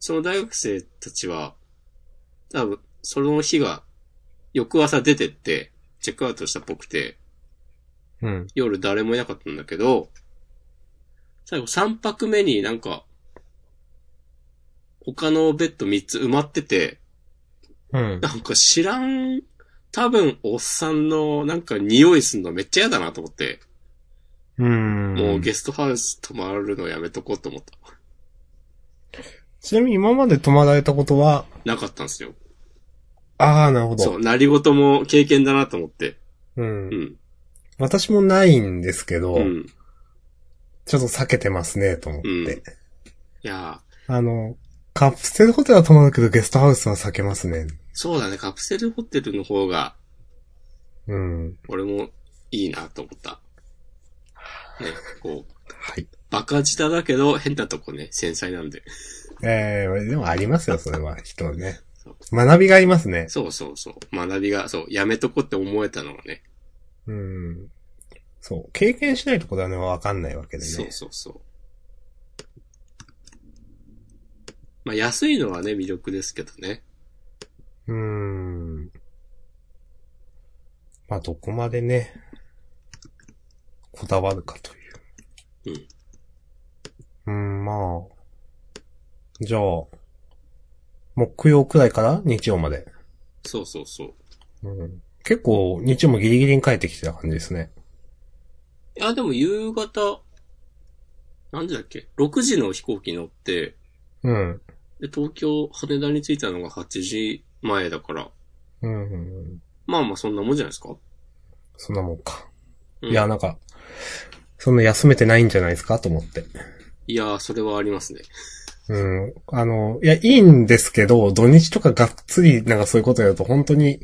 その大学生たちは、多分、その日が、翌朝出てって、チェックアウトしたっぽくて、
うん。
夜誰もいなかったんだけど、最後3泊目になんか、他のベッド3つ埋まってて、
うん。
なんか知らん、多分おっさんのなんか匂いすんのめっちゃ嫌だなと思って、
うん。
もうゲストハウス泊まるのやめとこうと思った。
ちなみに今まで泊まられたことは、
なかったんですよ。
ああ、なるほど。
そう、何事も経験だなと思って。
うん
う。ん。
私もないんですけど、
うん。
ちょっと避けてますね、と思って。
うんいや
あの、カプセルホテルは泊まるけど、ゲストハウスは避けますね。
ー、そうだね、カプセルホテルの方が、
うん。
俺もいいなと思った。ね、こう、
はい。
バカ舌だけど、変なとこね、繊細なんで。
えー、でもありますよ、それ は。人はね
そう。
学びがありますね。
そうそうそう。学びが、そう、やめとこって思えたのはね。
うん。そう。経験しないところはね、わかんないわけでね。
そうそうそう。まあ、安いのはね、魅力ですけどね。
うーん。まあ、どこまでね、こだわるかという。うん。ん、まあ。じゃあ、木曜くらいから日曜まで。
そうそうそう。
うん。結構、日曜もギリギリに帰ってきてた感じですね。
いや、でも夕方、何時だっけ ?6 時の飛行機乗って、
うん。
で、東京、羽田に着いたのが8時前だから、
うんうんうん。
まあまあそんなもんじゃないですか、
そんなもんか。
うん、
いや、なんか、そんな休めてないんじゃないですかと思って。
いや、それはありますね。
うん。あの、いや、いいんですけど、土日とかがっつり、なんかそういうことやると、本当に、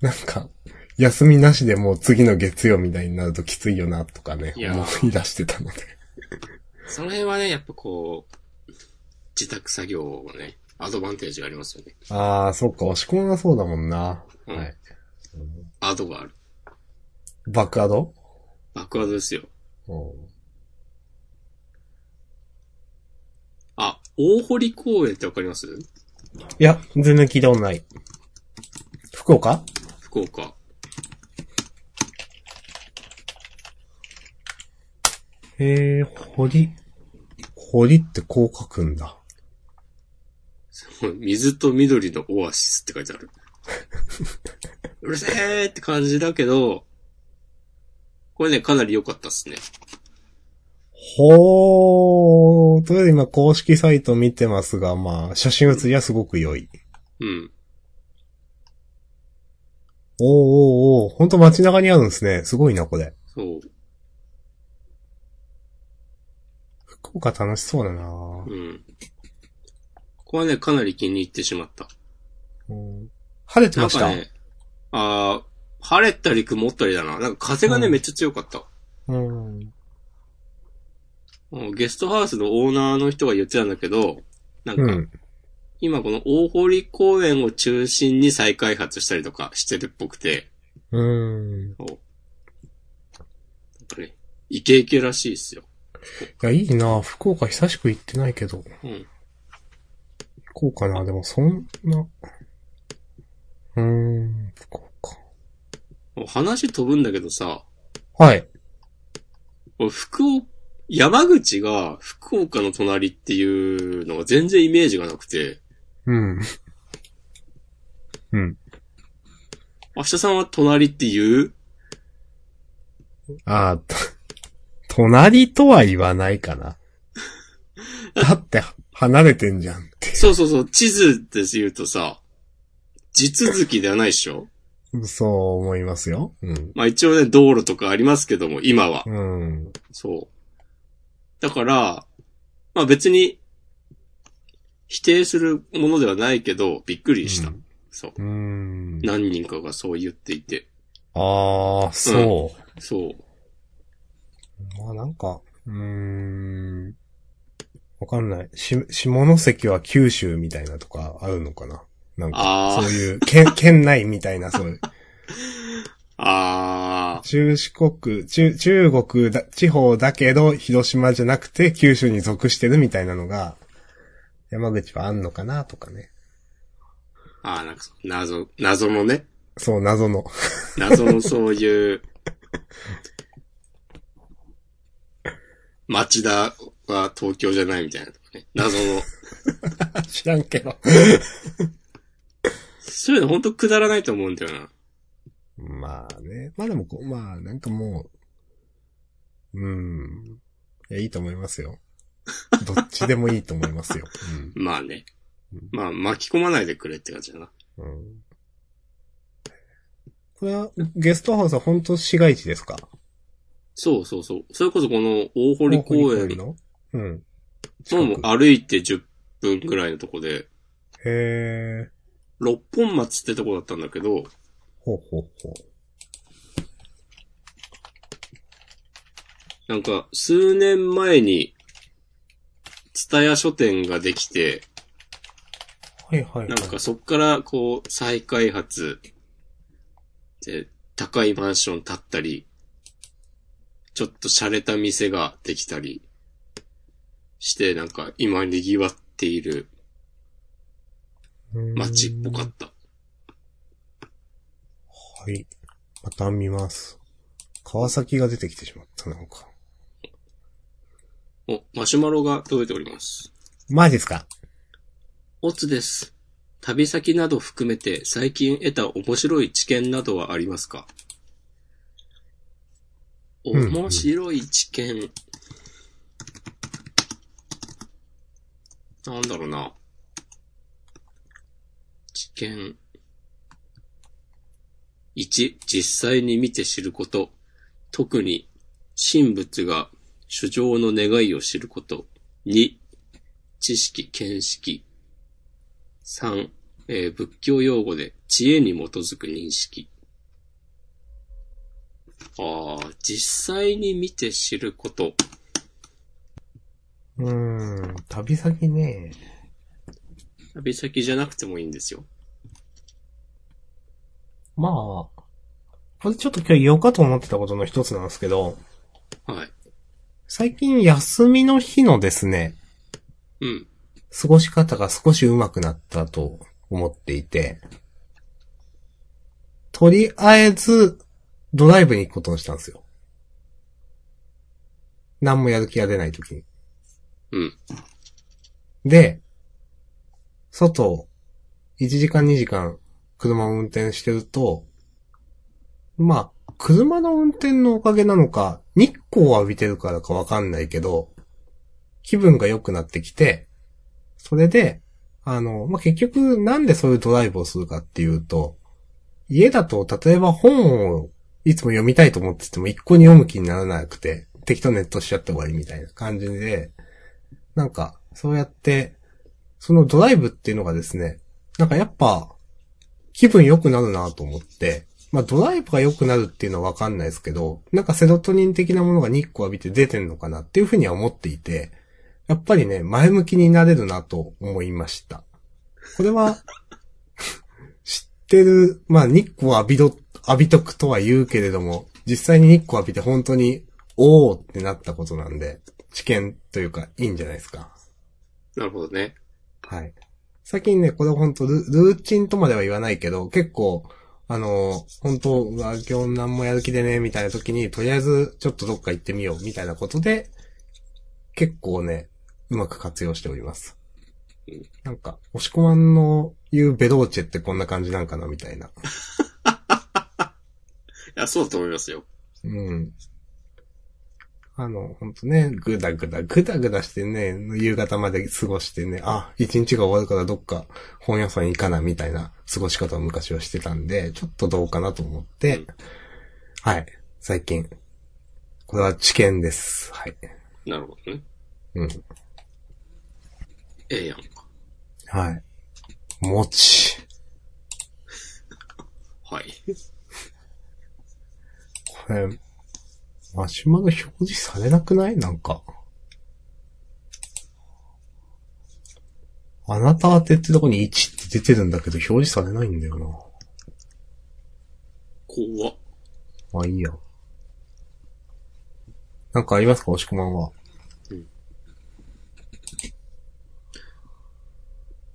なんか、休みなしでもう次の月曜みたいになるときついよな、とかね、
いや
思い出してたので。
その辺はね、やっぱこう、自宅作業をね、アドバンテージがありますよね。
ああ、そっか、押し込みがそうだもんな。
うん
はい。
アドがある。
バックアド
バックアドですよ。
うん。
あ、大堀公園ってわかります
いや、全然聞いたことない。福岡
福岡。
えー、堀。堀ってこう書くんだ。
水と緑のオアシスって書いてあ る。うるせーって感じだけど、これね、かなり良かったっすね。
ほー。とりあえず今公式サイト見てますが、まあ、写真写りはすごく良い。
うん。
おーおーおー。ほんと街中にあるんですね。すごいな、これ。
そう。
福岡楽しそうだな
うん。これはね、かなり気に入ってしまった。
うん晴れて
な
ま
ん
し
か
た。
ね、あー晴れたり曇ったりだな。なんか風がね、
うん
めっちゃ強かった。
うん。
もうゲストハウスのオーナーの人が言ってたんだけど、なんか、
うん。
今この大堀公園を中心に再開発したりとかしてるっぽくて、
うん。
そうなんかね、イケイケらしいっすよ。
いや、いいな福岡久しく行ってないけど。
うん。
こうかな。でも、そんな。うーん、福岡。
もう話飛ぶんだけどさ、
はい。
俺福岡、山口が福岡の隣っていうのが全然イメージがなくて、
うん。うん。
明日さんは隣って言う
あーと、 隣とは言わないかな。だって、離れてんじゃんって。
そうそうそう、地図って言うとさ、地続きではないでしょ
そう思いますよ。うん。
まあ一応ね、道路とかありますけども、今は。
うん。
そう。だから、まあ別に、否定するものではないけど、びっくりした。
うん
そう。
うーん。
何人かがそう言っていて。
あー、そう。
そう。
まあなんか、うーん。わかんない。し、下関は九州みたいなとかあるのかななん
あ
か、
ー
そういう、県、 県内みたいな、そういう。
あ
中四国、中、中国だ、地方だけど、広島じゃなくて九州に属してるみたいなのが、山口はあんのかなとかね。
ー、あーなんかそう謎、謎のね、
そう、謎の。
謎のそういう、町田は東京じゃないみたいなとかね。謎の。
知らんけど。
そういうの本当くだらないと思うんだよな。
まあね。まあでもこう、まあなんかもう、うん。いや、いいと思います よ。どっちでもいいと思いますよ。
まあね
うん。
まあ巻き込まないでくれって感じだな。
うん。うん、これは、ゲストハウスは本当市街地ですか
そうそうそう。それこそこの大堀公園の
のうん。
もう歩いて10分くらいのとこで、
へー。
六本松ってとこだったんだけど、
ほうほうほう。
なんか数年前に、ツタヤ書店ができて、
はいはいはい。
なんかそっからこう再開発で高いマンション建ったり、ちょっと洒落た店ができたりして、なんか今賑わっている街っぽかった。
はい。また見ます。川崎が出てきてしまった、なんか。
お、マシュマロが届いております。
マジですか
オツです。旅先など含めて最近得た面白い知見などはありますか
うんうん
面白い知見。なんだろうな。知見。1、実際に見て知ること。特に、神仏が主情の願いを知ること。2、知識、見識。3、えー仏教用語で知恵に基づく認識。ああ、実際に見て知ること。
ううーん、旅先ね。
旅先じゃなくてもいいんですよ。
まあ、これちょっと今日言おうかと思ってたことの一つなんですけど、
はい。
最近休みの日のですね、
うん。
過ごし方が少し上手くなったと思っていて、とりあえず、ドライブに行くことにしたんですよ。何もやる気が出ない時に。
うん。
で、外、1時間2時間、車を運転してると、まあ、車の運転のおかげなのか、日光を浴びてるからかわかんないけど、気分が良くなってきて、それで、あの、まあ、結局なんでそういうドライブをするかっていうと、家だと例えば本をいつも読みたいと思ってても一向に読む気にならなくて、適当ネットしちゃって終わりみたいな感じで、なんか、そうやって、そのドライブっていうのがですね、なんかやっぱ、気分良くなるなと思って、まあドライブが良くなるっていうのはわかんないですけど、なんかセロトニン的なものが日光浴びて出てんのかなっていうふうには思っていて、やっぱりね、前向きになれるなと思いました。これは、 知ってる、まあ日光浴びど、浴びとくとは言うけれども、実際に日光浴びて本当に、おーってなったことなんで、知見というか、いいんじゃないですか。
なるほどね。
はい。最近ね、これ本当ルルーチンとまでは言わないけど、結構、あのー、本当、うわ今日何もやる気でね、みたいな時に、とりあえず、ちょっとどっか行ってみよう、みたいなことで、結構ね、うまく活用しております
うん。
なんか、押し込まんの言うベローチェってこんな感じなんかな、みたいな。
いや、そうだと思いますよ。
うん。あの、ほんとね、ぐだぐだ、ぐだぐだしてね、夕方まで過ごしてね、あ、一日が終わるからどっか本屋さん行かな、みたいな過ごし方を昔はしてたんで、ちょっとどうかなと思って、
うん
はい、最近。これは知見です。はい。
なるほどね。
うん。
ええやんか。
はい。もち。
はい。
これ、マシュマロ表示されなくないなんか。あなた宛てってとこに1って出てるんだけど、表示されないんだよ
怖
な。
っ。
まあいいや。なんかありますか押し込まんは。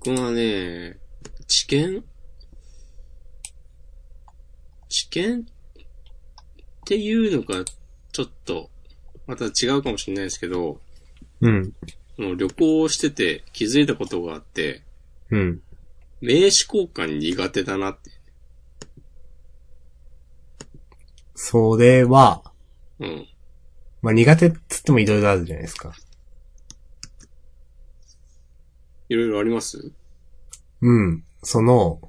僕はね、知見知見っていうのが、ちょっと、また違うかもしれないですけど、
うん。
もう旅行をしてて気づいたことがあって、
うん。
名刺交換苦手だなって。
それは、
うん。
まあ苦手っつってもいろいろあるじゃないですか。
いろいろあります
うん。その、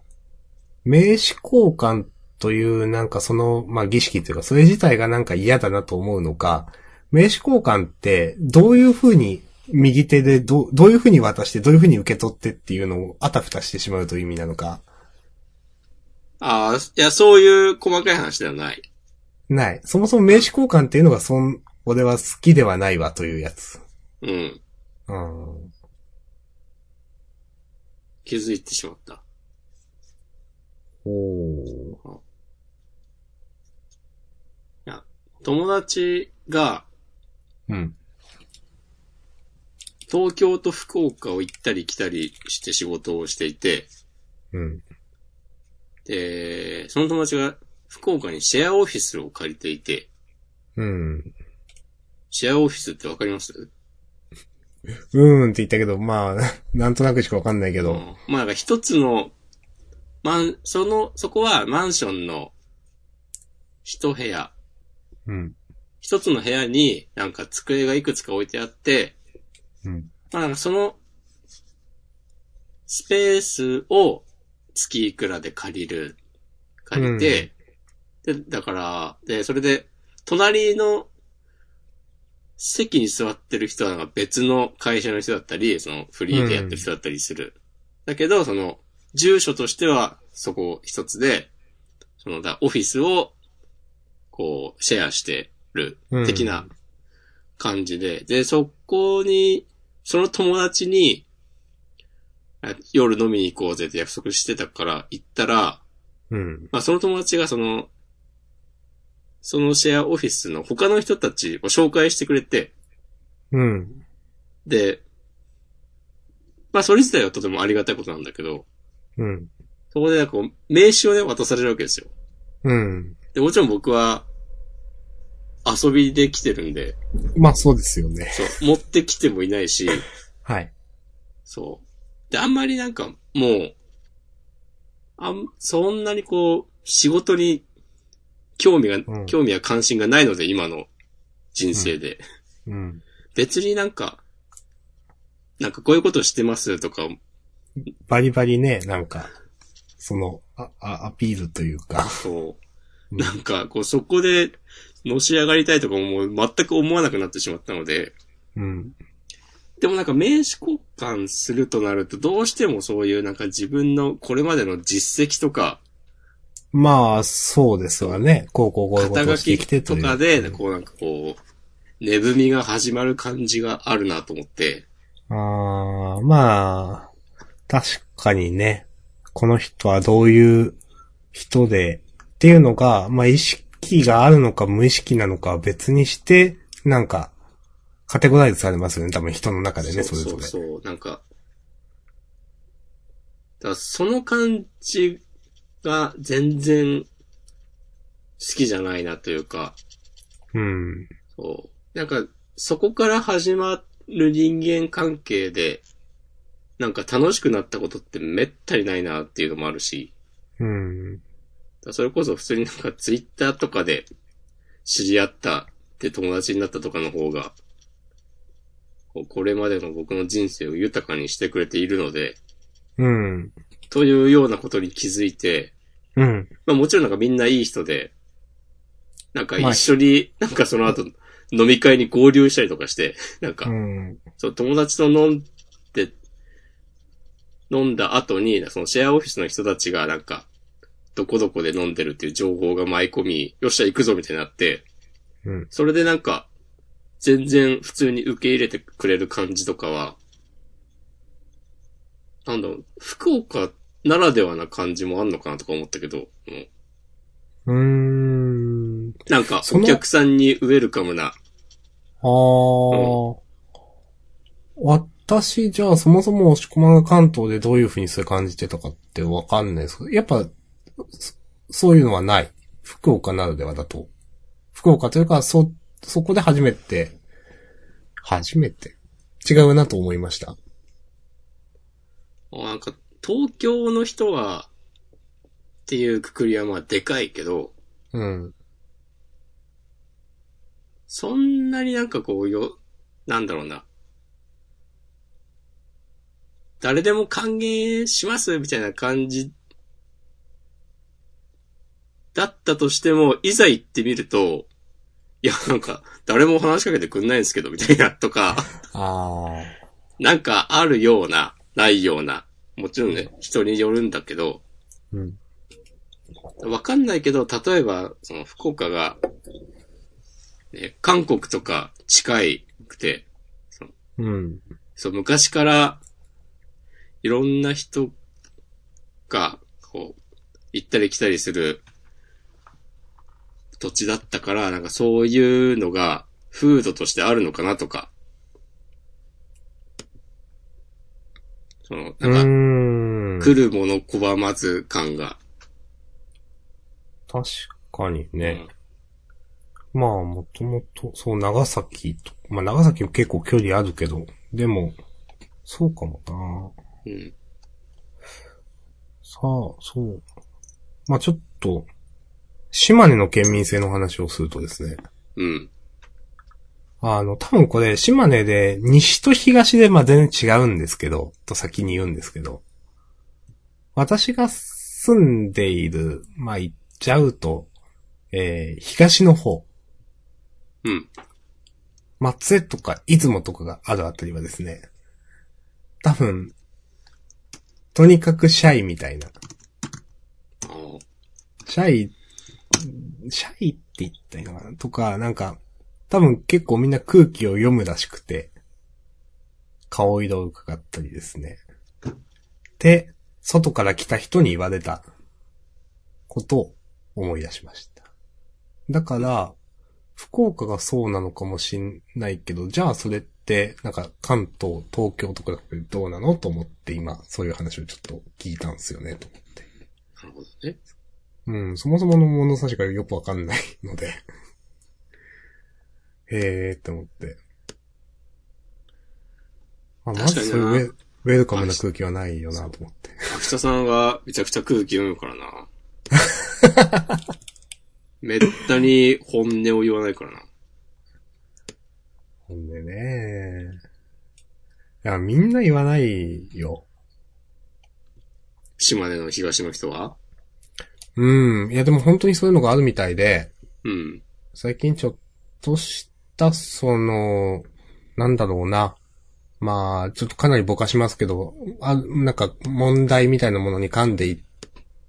名刺交換というなんかその、まあ儀式というか、それ自体がなんか嫌だなと思うのか、名刺交換ってどういう風に右手でどう、どういう風に渡してどういう風に受け取ってっていうのをあたふたしてしまうという意味なのか、
ああ、いや、そういう細かい話ではない。
ない。そもそも名刺交換っていうのがそん、俺は好きではないわというやつ。
うん。
うん。
気づいてしまった。
お
友達が
うん。
東京と福岡を行ったり来たりして仕事をしていて、
うん。
で、その友達が福岡にシェアオフィスを借りていて、
うん。
シェアオフィスってわかります
うーんって言ったけど、まあ、 なんとなくしかわかんないけ
う
ど。
んまあ、なんか一つの、マン、その、そこはマンションの一部屋、
うん。
一つの部屋になんか机がいくつか置いてあって、
うん。
まあ、なんかその、スペースを月いくらで借りる、借りて、で、だから、で、それで、隣の席に座ってる人はなんか別の会社の人だったり、そのフリーでやってる人だったりする。だけど、その、住所としてはそこ一つで、その、だオフィスを、こう、シェアしてる、的な感じで、で、そこにその友達に、あ夜飲みに行こうぜって約束してたから、行ったら、
うん。
まあその友達がその、そのシェアオフィスの他の人たちを紹介してくれて、
うん。
で、まあそれ自体はとてもありがたいことなんだけど、
うん。
そこでなんかこう名刺をね、渡されるわけですよ。
うん。
で、もちろん僕は、遊びで来てるんで、
まあそうですよね。
そう、持ってきてもいないし、
はい。
そう。で、あんまりなんか、もう、あん、そんなにこう、仕事に興味が、
うん
興味や関心がないので、今の人生で。
うん。
別になんか、なんかこういうことしてますとか、
バリバリね、なんか、その、あ、あアピールというか。
そう。
うん
なんか、こう、そこで、のし上がりたいとかもう全く思わなくなってしまったので、
うん。
でもなんか名刺交換するとなると、どうしてもそういうなんか自分のこれまでの実績とか、
まあ、そうですわね。こう、こう、こういうこ
肩
と
書
をしてきて
き
と
と
いう
かで、こうなんかこう、値踏みが始まる感じがあるなと思って、
あーまあ、確かにね、この人はどういう人で、っていうのが、まあ意識があるのか無意識なのかは別にして、なんか、カテゴライズされますよね、多分人の中でね、それぞ
そう
れ。
そう、なんか、だからその感じが全然好きじゃないなというか、
うん。
そう。なんか、そこから始まる人間関係で、なんか楽しくなったことってめったにないなっていうのもあるし、
うん。
だからそれこそ普通になんかツイッターとかで知り合ったで友達になったとかの方が、こうこれまでの僕の人生を豊かにしてくれているので、
うん。
というようなことに気づいて、
うん。
まあもちろんなんかみんないい人で、なんか
まあ
一緒になんかその後飲み会に合流したりとかして、なんか
うん。
そう、友達と飲んで、飲んだ後に、そのシェアオフィスの人たちがなんか、どこどこで飲んでるっていう情報が舞い込み、よっしゃ行くぞみたいになって、
うん。
それでなんか、全然普通に受け入れてくれる感じとかは、なんだろう、福岡ならではな感じもあんのかなとか思ったけど、うん
うーん。
なんか、
そ
お
の
客さんにウェルカムな、
あー。私、じゃあ、そもそも押し込まが関東でどういう風にそれ感じてたかってわかんないですけど、やっぱ、そそういうのはない。福岡ならではだと。福岡というか、そ、そこで初めて、初めて、違うなと思いました。
なんか、東京の人は、っていうくくりはまあでかいけど、
うん。
そんなになんかこうよ、なんだろうな。誰でも歓迎しますみたいな感じだったとしても、いざ行ってみると、いや、なんか、誰も話しかけてくんないんですけど、みたいな、とか、
あー。
なんかあるような、ないような、もちろんね、人によるんだけど、
うん。
わかんないけど、例えば、その福岡が、ね、韓国とか近いくて、
うん。
そう、昔から、いろんな人が、こう、行ったり来たりする土地だったから、なんかそういうのが、風土としてあるのかなとか。そ
う
の、なんか、
ーん。
来るもの拒まず感が。
確かにね。まあ、もともと、そう、長崎と、まあ、長崎も結構距離あるけど、でも、そうかもな
うん。うん。
さあ、そう。まあ、ちょっと、島根の県民性の話をするとですね。
うん。
あの、多分これ、島根で、西と東で、まあ、全然違うんですけど、と先に言うんですけど、私が住んでいる、まあ、行っちゃうと、えー、東の方、
うん。
松江とか出雲とかがあるあたりはですね、多分、とにかくシャイみたいな。
ああ。
シャイ、シャイって言ったらいいのかなとか、なんか、多分結構みんな空気を読むらしくて、顔色を伺ったりですね。で、外から来た人に言われたことを思い出しました。だから、福岡がそうなのかもしんないけど、じゃあそれって、なんか関東、東京とかだとどうなのと思って今、そういう話をちょっと聞いたんですよね、と思って。
なるほどね。
うん、そもそもの物差しがよくわかんないので。 へーって思って。あ、まずそういうウェウェルカムな空気はないよなと思って。
秋田さんはめちゃくちゃ空気読むからな。めったに本音を言わないからな。
ほんでねいや、みんな言わないよ。
島根の東の人は
うん。いや、でも本当にそういうのがあるみたいで、
うん。
最近ちょっとした、その、なんだろうな。まあ、ちょっとかなりぼかしますけど、あなんか問題みたいなものに噛んでいっ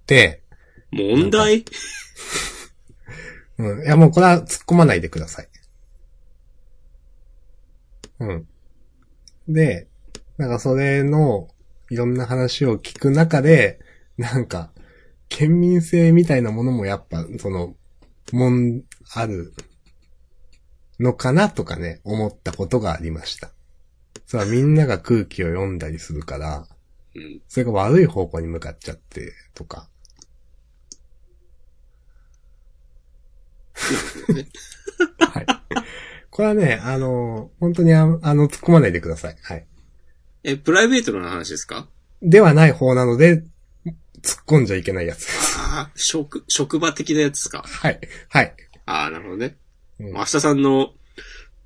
て、
問題
うん。いや、もうこれは突っ込まないでください。うん。で、なんかそれの、いろんな話を聞く中で、なんか、県民性みたいなものもやっぱ、その、もん、ある、のかなとかね、思ったことがありました。それはみんなが空気を読んだりするから、
うん。
それが悪い方向に向かっちゃって、とか。はい。これはね、あの、本当にああの、突っ込まないでください。はい。
え、プライベートの話ですか
ではない方なので、突っ込んじゃいけないやつです。
ああ、職、職場的なやつですか
はい。はい。
ああ、なるほどね。
うん
明日さんの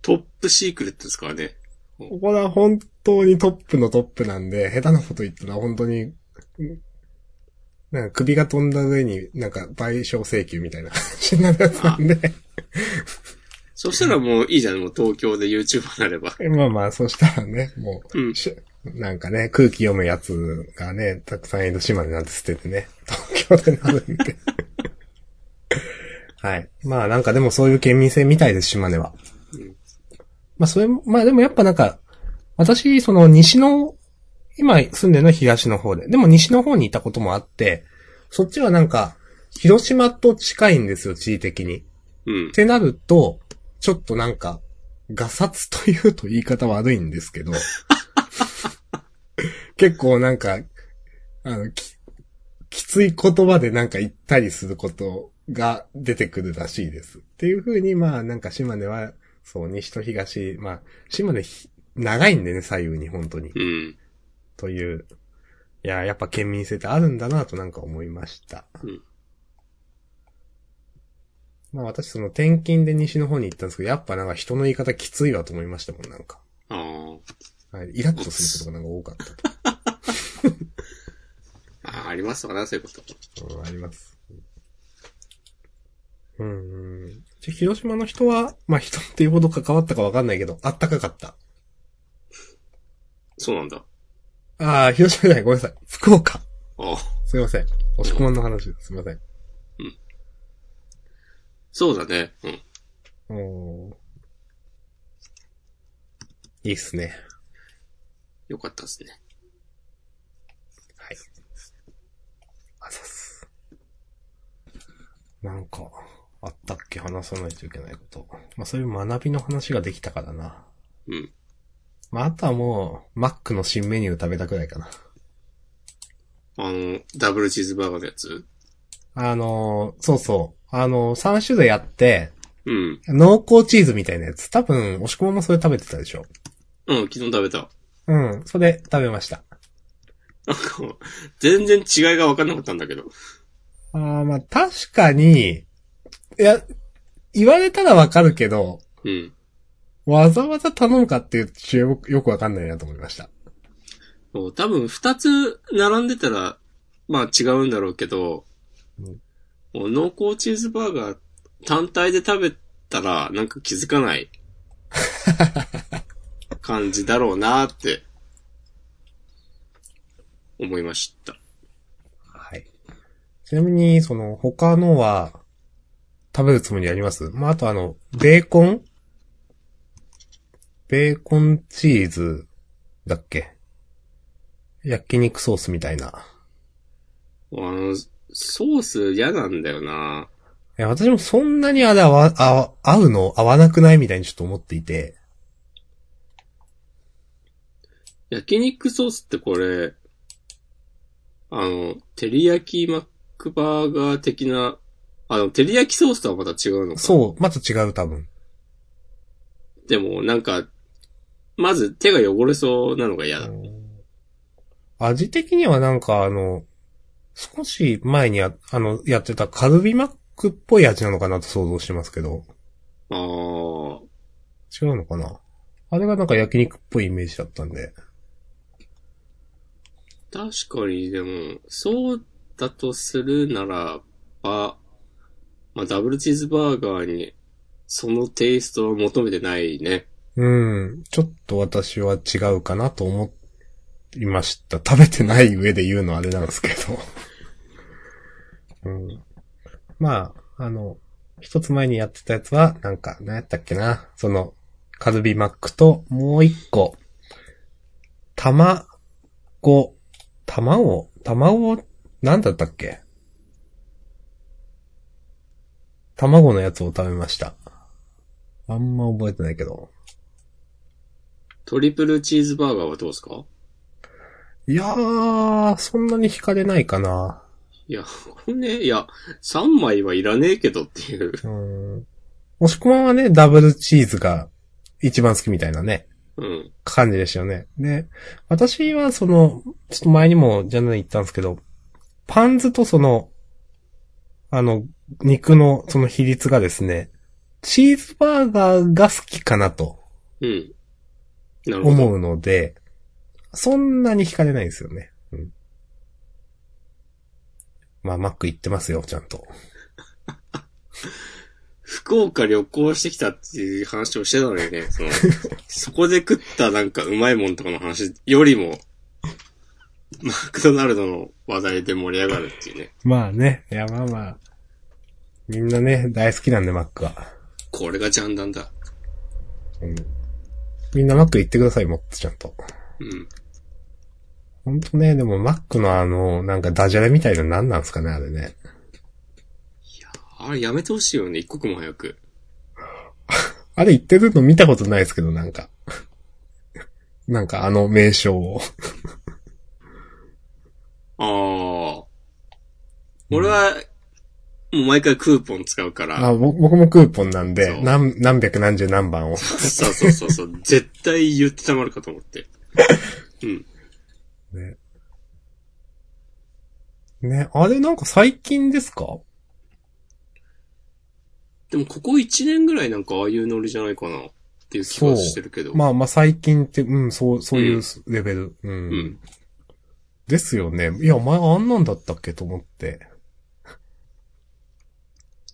トップシークレットですからね。
ここは本当にトップのトップなんで、下手なこと言ったら本当に、うんなんか首が飛んだ上に、なんか賠償請求みたいな話になるやつなんで、
そしたらもういいじゃん、もう東京で YouTuber になれば。
まあまあ、そしたらね、もう、
うん。
しなんかね、空気読むやつがね、たくさん江戸島でなんて捨ててね、東京でなる んで。はい。まあなんかでもそういう県民性みたいです、島根は
うん。
まあそれも、まあでもやっぱなんか、私、その西の、今住んでるのは東の方で、でも西の方にいたこともあって、そっちはなんか、広島と近いんですよ、地理的に。
うん
っ。てなると、ちょっとなんか、ガサツというと言い方悪いんですけど、 結構なんか、あの、き、きつい言葉でなんか言ったりすることが出てくるらしいです。っていう風に、まあなんか島根は、そう、西と東、まあ、島根ひ長いんでね、左右に本当に。
うん。
という、いや、やっぱ県民性ってあるんだなとなんか思いました。
うん
まあ私その転勤で西の方に行ったんですけど、やっぱなんか人の言い方きついわと思いましたもん、なんか。
あー
はい、イラッとすることがなんか多かった
あー、ありますからそういうこと。
と、うんあります。うん、うん。で広島の人は、まあ人っていうほど関わったかわかんないけど、あったかかった。
そうなんだ。
ああ、広島じゃない、ごめんなさい。福岡。
ああ。
すいません。押し込まんの話です。すいません。
そうだね。うん。
おーいいっすね。
よかったですね。
はい。あざっす。なんか、あったっけ話さないといけないこと。まあそういう学びの話ができたからな。
うん。
まああとはもう、マックの新メニュー食べたくらいかな。
あの、ダブルチーズバーガーのやつ
あのー、そうそう。あのー、3種類あって、
うん。
濃厚チーズみたいなやつ。多分、押し込まんもそれ食べてたでしょ。
うん、昨日食べた。
うん、それ食べました。
なんかもう、全然違いが分かんなかったんだけど。
ああ、まあ確かに、いや、言われたらわかるけど、
うん。
わざわざ頼むかっていう注目よくわかんないなと思いました。
もう多分二つ並んでたら、まあ違うんだろうけど、
うん
もう濃厚チーズバーガー単体で食べたら、なんか気づかない 感じだろうなって、思いました。
はい。ちなみに、その、他のは、食べるつもりありますまあ、あとあの、ベーコンベーコンチーズ、だっけ焼肉ソースみたいな。
あの、ソース嫌なんだよな。
いや、私もそんなにあれ合わ、合わ合うの合わなくないみたいにちょっと思っていて。
焼肉ソースってこれ、あの、照り焼きマックバーガー的な、あの、照り焼きソースとはまた違うのか。
そう、また違う多分。
でも、なんか、まず手が汚れそうなのが嫌だ。
味的にはなんかあの、少し前にや、あの、やってたカルビマックっぽい味なのかなと想像してますけど、
あー
違うのかなあれがなんか焼肉っぽいイメージだったんで。
確かに、でも、そうだとするならば、まあ、ダブルチーズバーガーに、そのテイストを求めてないね。
うん、ちょっと私は違うかなと思いました。食べてない上で言うのはあれなんですけど。 うん、まあ、あの、一つ前にやってたやつは、なんか、何やったっけな。その、カルビマックと、もう一個、卵、卵、卵、なんだったっけ卵のやつを食べました。あんま覚えてないけど。
トリプルチーズバーガーはどうですか
いやー、そんなに惹かれないかな。
いや、これね、いや、3枚はいらねえけどっていう。
うん。もしくはね、ダブルチーズが一番好きみたいなね、
うん。
感じでしたよね。で、私はその、ちょっと前にもジャンルで言ったんですけど、パンズとその、あの、肉のその比率がですね、チーズバーガーが好きかなと
うん。なるほど。
思うので、そんなに惹かれないんですよね。うん。まあ、マック行ってますよ、ちゃんと。
福岡旅行してきたっていう話をしてたのにね、その、 そこで食ったなんかうまいもんとかの話よりも、マクドナルドの話題で盛り上がるっていうね。
まあね。いや、まあまあ。みんなね、大好きなんで、マックは。
これがジャンダンだ。
うん、みんなマック行ってください、もっとちゃんと。
うん。
ほんとね、でもマックのあの、なんかダジャレみたいなの何なんですかね、あれね。
あれやめてほしいよね、一刻も早く。
あれ言ってるの見たことないですけど、なんか。 なんかあの名称を。
ああ。俺は、もう毎回クーポン使うから。
あぼ僕もクーポンなん
そ
で、
う
何、何百何十何番を。
そうそうそうそう。絶対言ってたまるかと思って。うん。
ね。ね、あれなんか最近ですか
でもここ1年ぐらいなんかああいうノリじゃないかなっていう気はしてるけど。
まあまあ最近って、うん、そう、そういううんレベル。う
うんん。
ですよね。いや、前あんなんだったっけと思って。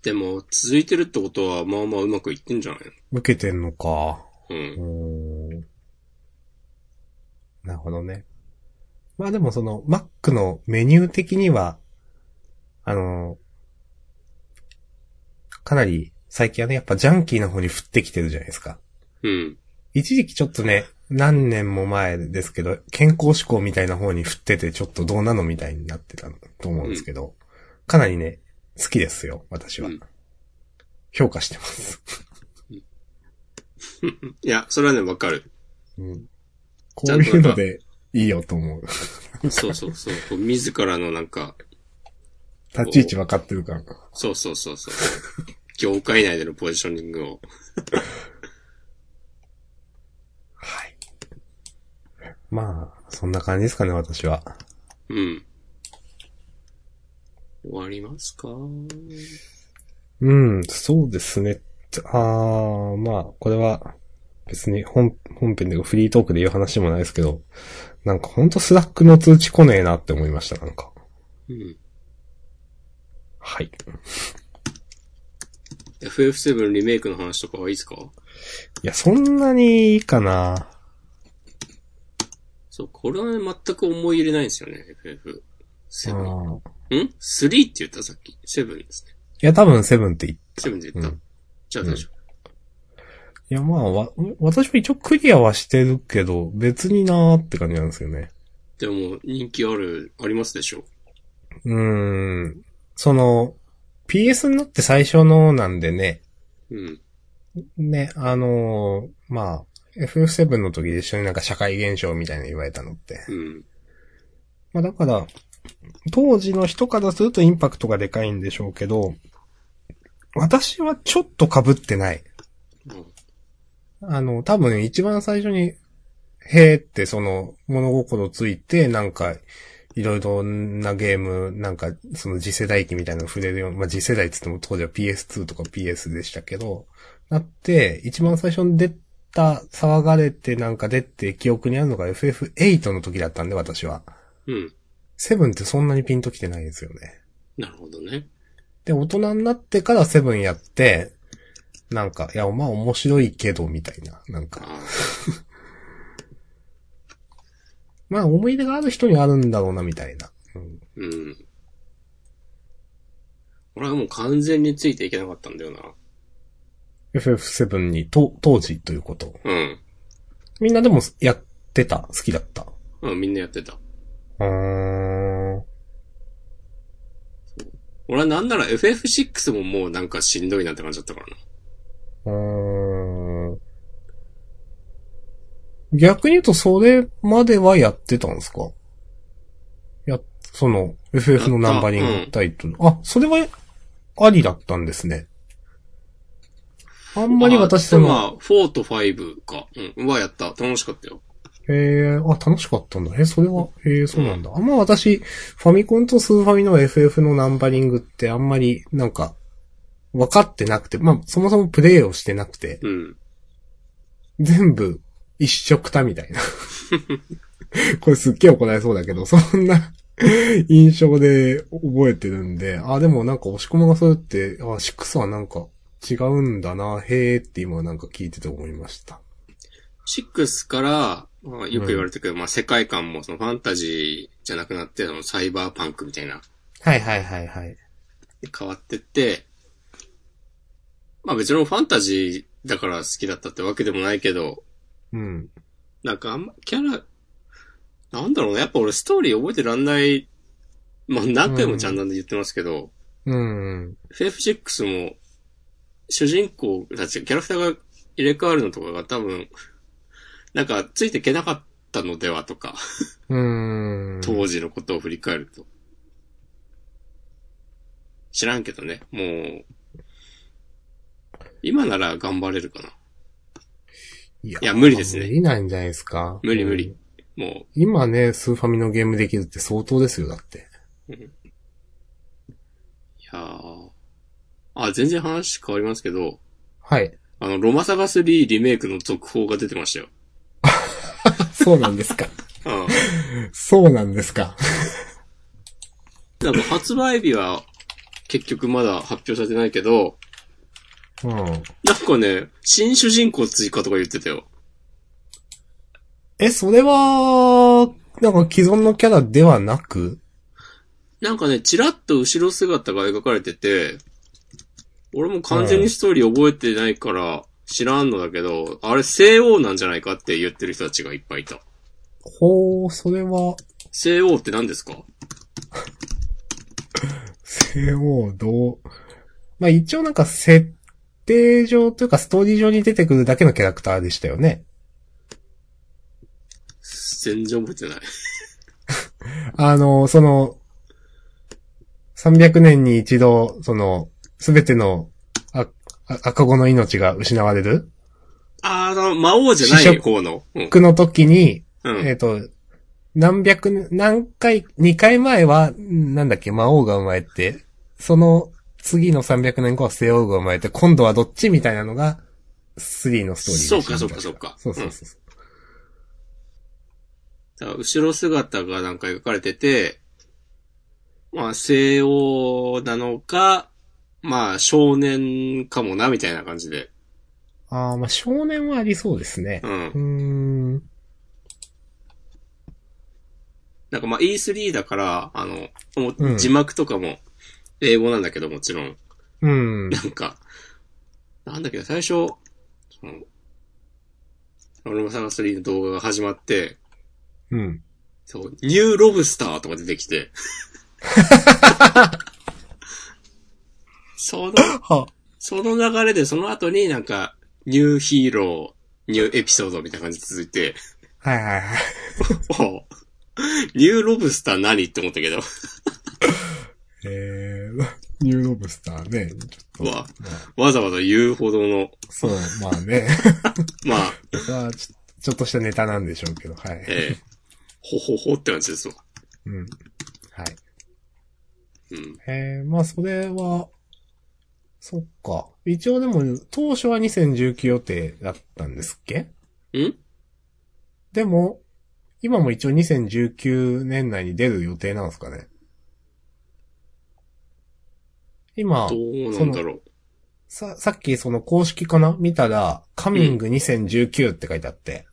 でも続いてるってことはまあまあうまくいってんじゃない
受けてんのか。
の
う
う
ー
ん。
ん。なるほどね。まあでもその、マックのメニュー的には、あの、かなり最近はね、やっぱジャンキーな方に振ってきてるじゃないですか。
うん。
一時期ちょっとね、何年も前ですけど、健康志向みたいな方に振ってて、ちょっとどうなのみたいになってたと思うんですけど、かなりね、好きですよ、私は。
うん
評価してます。
いや、それはね、わかる。
うんこういうのでいいよと思う。
そうそうそう。こう自らのなんか、
立ち位置分かってるから。
そうそうそうそう。業界内でのポジショニングを。
はい。まあ、そんな感じですかね、私は。
うん。終わりますか
うん、そうですね。あー、まあ、これは、別に本、本編でフリートークで言う話でもないですけど、なんかほんとスラックの通知来ねえなって思いました、なんか。
うん。
はい。
FF7 リメイクの話とかはいいですか
いや、そんなにいいかな。
そう、これはね、全く思い入れないんですよね、FF。
う
セブン。
ん。
ん ?3 って言ったさっき。セブンですね。
いや、多分セブンって言っ
セブンで言った。
うん
じゃあ大丈夫。
いや、まあ、わ、私も一応クリアはしてるけど、別になーって感じなんですよね。
でも、人気ある、ありますでしょ
うーん。その、PS になって最初のなんでね、
うん。
ね、あのーまあ、FF7 の時で一緒になんか社会現象みたいなの言われたのって。
うん。
まあだから、当時の人からするとインパクトがでかいんでしょうけど、私はちょっと被ってない。
うん
あの、多分一番最初に、へーってその物心ついて、なんか、いろいろなゲーム、なんか、その次世代機みたいなの触れるようまあ次世代っつっても当時は PS2 とか PS でしたけど、なって、一番最初に出た、騒がれてなんか出て記憶にあるのが FF8 の時だったんで、私は。
うん。
セブンってそんなにピンときてないですよね。
なるほどね。
で、大人になってからセブンやって、なんか、いや、まあ面白いけど、みたいな。なんか、
あ
まあ思い出がある人にはあるんだろうな、みたいな。うん
ーうん。俺はもう完全についていけなかったんだよな。
FF7 に、と、当時ということ。
うん。
みんなでもやってた。好きだった。
うん、みんなやってた。
うーん。
俺はなんなら FF6 ももうなんかしんどいなって感じだったからな。
うーん。逆に言うと、それまではやってたんですかや、その、FF のナンバリングタイトル。あ、それは、ありだったんですね。あんまり私、そ
あ
の、
まあ、4と5か。うん。はやった。楽しかったよ。
ええあ、楽しかったんだ。え、それは、ええそうなんだ。あんま私、ファミコンとスーファミの FF のナンバリングってあんまり、なんか、分かってなくて、まあ、そもそもプレイをしてなくて、
うん。
全部一色たみたいな。 これすっげえ怒られそうだけど、そんな 印象で覚えてるんで、あ、でもなんか押し込まがそうやって、あ、6はなんか違うんだな、へえって今なんか聞いてて思いました。
6から、まあ、よく言われてるけど、まあ世界観もそのファンタジーじゃなくなって、あのサイバーパンクみたいな、
はいはいはいはい。
変わってって、まあ別にファンタジーだから好きだったってわけでもないけど、
うん。
なんかあんま、キャラ、なんだろうね、やっぱ俺ストーリー覚えてらんない、まあ何回もちゃんなんで言ってますけど、
うん。
FF6 も、主人公たち、キャラクターが入れ替わるのとかが多分、なんかついていけなかったのではとか、
うーん。
当時のことを振り返ると。知らんけどね、もう、今なら頑張れるかな。
いや
いや無理ですね
無理なんじゃないですか。
無理無
う
理
ん。。
も
今ね、スーファミのゲームできるって相当ですよ、だって。
う、いやーあ、全然話変わりますけど、
はい。
あの、ロマサガ3リメイクの続報が出てましたよ。
そうなんです か。
うん。
そうなんですか。
なんか発売日は結局まだ発表されてないけど、
うん。
なんかね、新主人公追加とか言ってたよ。
え、それは、なんか既存のキャラではなく
なんかね、ちらっと後ろ姿が描かれてて、俺も完全にストーリー覚えてないから知らんのだけど、あれ西欧なんじゃないかって言ってる人たちがいっぱいいた。
ほう、それは、
西欧って何ですか
西欧どう。まあ一応なんか設定上というかストーリー上に出てくるだけのキャラクターでしたよね。
全然覚えてない。
あの、その、300年に一度、その、すべての、あ、あ赤子の命が失われる
あーあの、魔王じゃな
試
い
食
方の。うん。
苦の時に、
うん
えっ、と、何百年、何回、2回前は、んなんだっけ、魔王が生まれて、その次の300年後は西王が生まれて、今度はどっちみたいなのが、3のストーリーでした
そうかそうかそうか
そうそうそうそう。
だから後ろ姿がなんか描かれてて、まあ、西欧なのか、まあ、少年かもな、みたいな感じで。
ああ、まあ少年はありそうですね
う。ん
う。ーん。
なんかまあ、E3 だから、あの、もう
うん
字幕とかも、英語なんだけどもちろん。
うん。
なんか、なんだっけど、最初、その俺もサガ3の動画が始まって、
うん。
そう、ニューロブスターとか出てきて。その、
は
その流れでその後になんか、ニューヒーロー、ニューエピソードみたいな感じで続いて、
はいはいはい。
おうニューロブスター何って思ったけど、
えー、 ニューロブスターね。ちょっと。
わ
まあ
わざわざ言うほどの、
そう、まあね。
まあ、
まあちょ、ちょっとしたネタなんでしょうけど、はい。
えー、ほほほって感じですわ。
うん。はい。
うん。
えー、まあそれは、そっか。一応でも、当初は2019予定だったんですっけ
ん
でも、今も一応2019年内に出る予定なんですかね今、
どうなんだろう。
さ、さっきその公式かな見たら、カミング2019って書いてあって。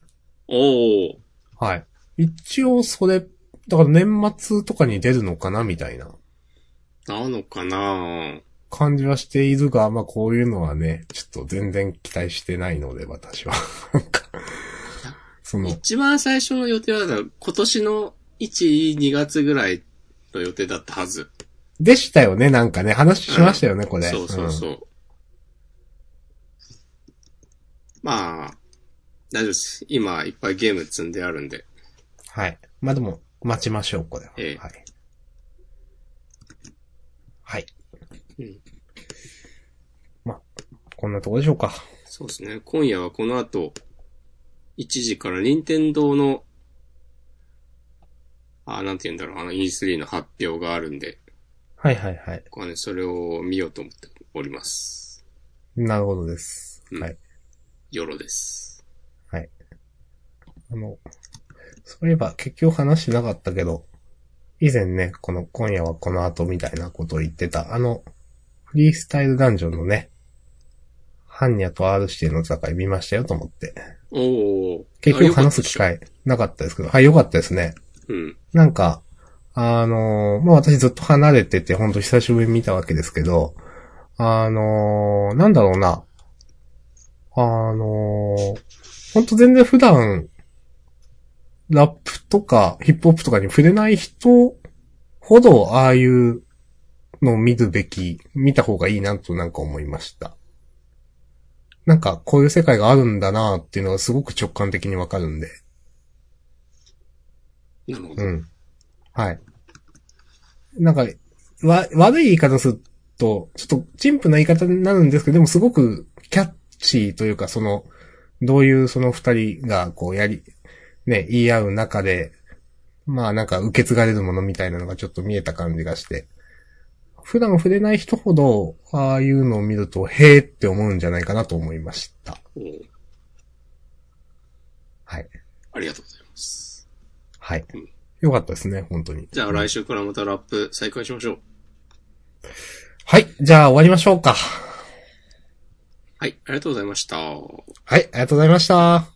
おお
はい。一応それ、だから年末とかに出るのかなみたいな
なのかな
感じはしているが、まあこういうのはね、ちょっと全然期待してないので、私は。 なんか、その、
一番最初の予定はだから、今年の1、2月ぐらいの予定だったはず。
でしたよね、なんかね、話しましたよね、これ。
そうそうそう。まあ、大丈夫です。今いっぱいゲーム積んであるんで。
はい。まあでも、待ちましょう、これは。
ええ
はい。はい。
うん
まあ、こんなとこでしょうか。
そうですね。今夜はこの後、1時から任天堂の、あ、なんて言うんだろう、あの E3 の発表があるんで、
はいはいはい。
ここはね、それを見ようと思っております。
なるほどです。
うん
はい。
よろです。
あの、そういえば結局話してなかったけど、以前ね、この今夜はこの後みたいなことを言ってた、あの、フリースタイルダンジョンのね、ハンニャと R 指定の戦い見ましたよと思って。
おお。
結
あ
局話す機。会なかったですけど、はい、よかったですね。
よかったでしょうん。
なんか、あのーまあ、私ずっと離れてて、ほんと久しぶりに見たわけですけど、あのーなんだろうな。あのーほんと全然普段、ラップとかヒップホップとかに触れない人ほど、ああいうのを見るべき、見た方がいいなとなんか思いました。なんか、こういう世界があるんだなっていうのがすごく直感的にわかるんで。
なるほど。
うん。はい。なんか、わ、悪い言い方すると、ちょっと、陳腐な言い方になるんですけど、でもすごくキャッチーというか、その、どういうその二人が、こう、やり、ね、言い合う中で、まあなんか受け継がれるものみたいなのがちょっと見えた感じがして、普段触れない人ほど、ああいうのを見ると、へーって思うんじゃないかなと思いました。
おー
はい。
ありがとうございます。
はい
うん。
よかったですね、本当に。
じゃあ来週からまたラップ再開しましょう。
はい。じゃあ終わりましょうか。
はい、ありがとうございました。
はい、ありがとうございました。